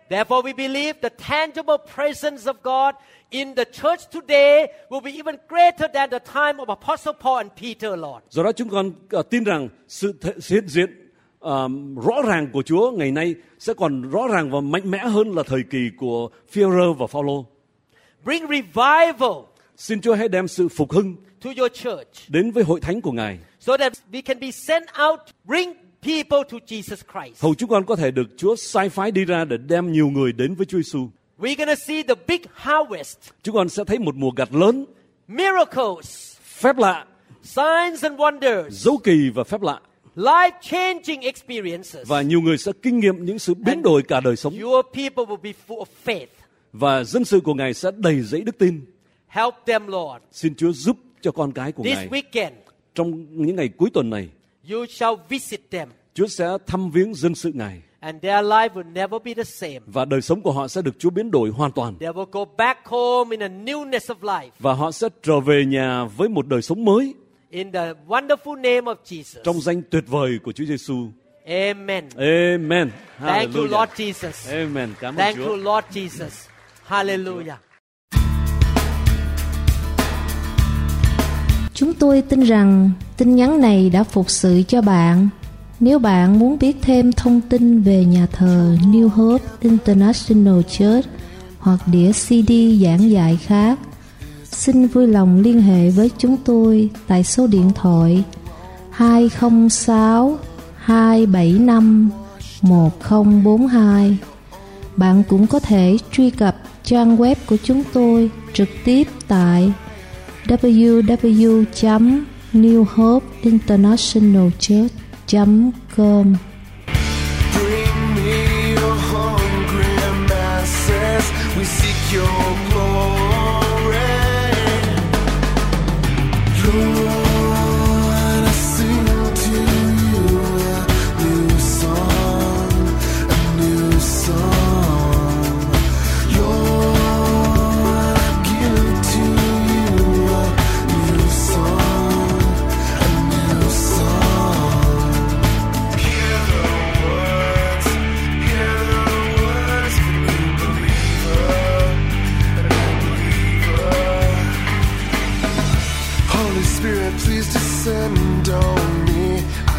Speaker 2: Therefore, we believe the tangible presence of God in the church today will be even greater than the time of Apostle Paul and Peter, Lord.
Speaker 3: Do đó chúng con à, tin rằng sự th- sự hiện diện à, rõ ràng của Chúa ngày nay sẽ còn rõ ràng và mạnh mẽ hơn là thời kỳ của Phêrô và Phaolô.
Speaker 2: Bring revival
Speaker 3: Xin Chúa hãy đem sự phục hưng
Speaker 2: to your church
Speaker 3: đến với hội thánh của Ngài.
Speaker 2: so that we can be sent out, to bring people to Jesus Christ.
Speaker 3: Hầu chúng con có thể được Chúa sai phái đi ra để đem nhiều người đến với Chúa Giêsu.
Speaker 2: We're going to see the big harvest,
Speaker 3: Chúng con sẽ thấy một mùa gặt lớn,
Speaker 2: miracles,
Speaker 3: phép lạ,
Speaker 2: signs and wonders,
Speaker 3: dấu kỳ và phép lạ.
Speaker 2: life changing experiences.
Speaker 3: và nhiều người sẽ kinh nghiệm những sự biến đổi cả đời sống
Speaker 2: Your people will be full of faith.
Speaker 3: và dân sự của ngài sẽ đầy dẫy đức tin
Speaker 2: Help them, Lord.
Speaker 3: xin chúa giúp cho con cái của ngài
Speaker 2: This weekend,
Speaker 3: trong những ngày cuối tuần này
Speaker 2: you shall visit them,
Speaker 3: chúa sẽ thăm viếng dân sự ngài
Speaker 2: and their life will never be the same.
Speaker 3: và đời sống của họ sẽ được chúa biến đổi hoàn toàn
Speaker 2: They will go back home in a newness of life,
Speaker 3: và họ sẽ trở về nhà với một đời sống mới
Speaker 2: in the wonderful name of Jesus.
Speaker 3: trong danh tuyệt vời của Chúa Giêsu.
Speaker 2: Amen.
Speaker 3: Amen.
Speaker 2: Thank you,
Speaker 3: Hallelujah.
Speaker 2: Lord Jesus.
Speaker 3: Amen. Cảm ơn
Speaker 2: Thank
Speaker 3: Chúa.
Speaker 2: you, Lord Jesus. Hallelujah.
Speaker 4: Chúng tôi tin rằng tin nhắn này đã phục sự cho bạn. Nếu bạn muốn biết thêm thông tin về nhà thờ New Hope International Church hoặc đĩa CD giảng dạy khác, xin vui lòng liên hệ với chúng tôi tại số điện thoại 206 275 1042. Bạn cũng có thể truy cập trang web của chúng tôi trực tiếp tại www.newhopeinternationalchurch.com
Speaker 1: Bring me your hungry masses. We seek your glory. Lord, I sing to you a new song, a new song. Lord, I give to you a new song, a new song. Hear the words, hear the words of a new believer, a new believer. Holy Spirit, please descend on me. I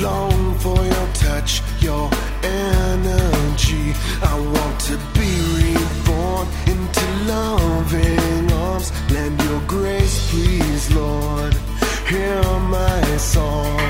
Speaker 1: long for your touch, your energy. I want to be reborn into loving arms. Lend your grace, please, Lord. Hear my song.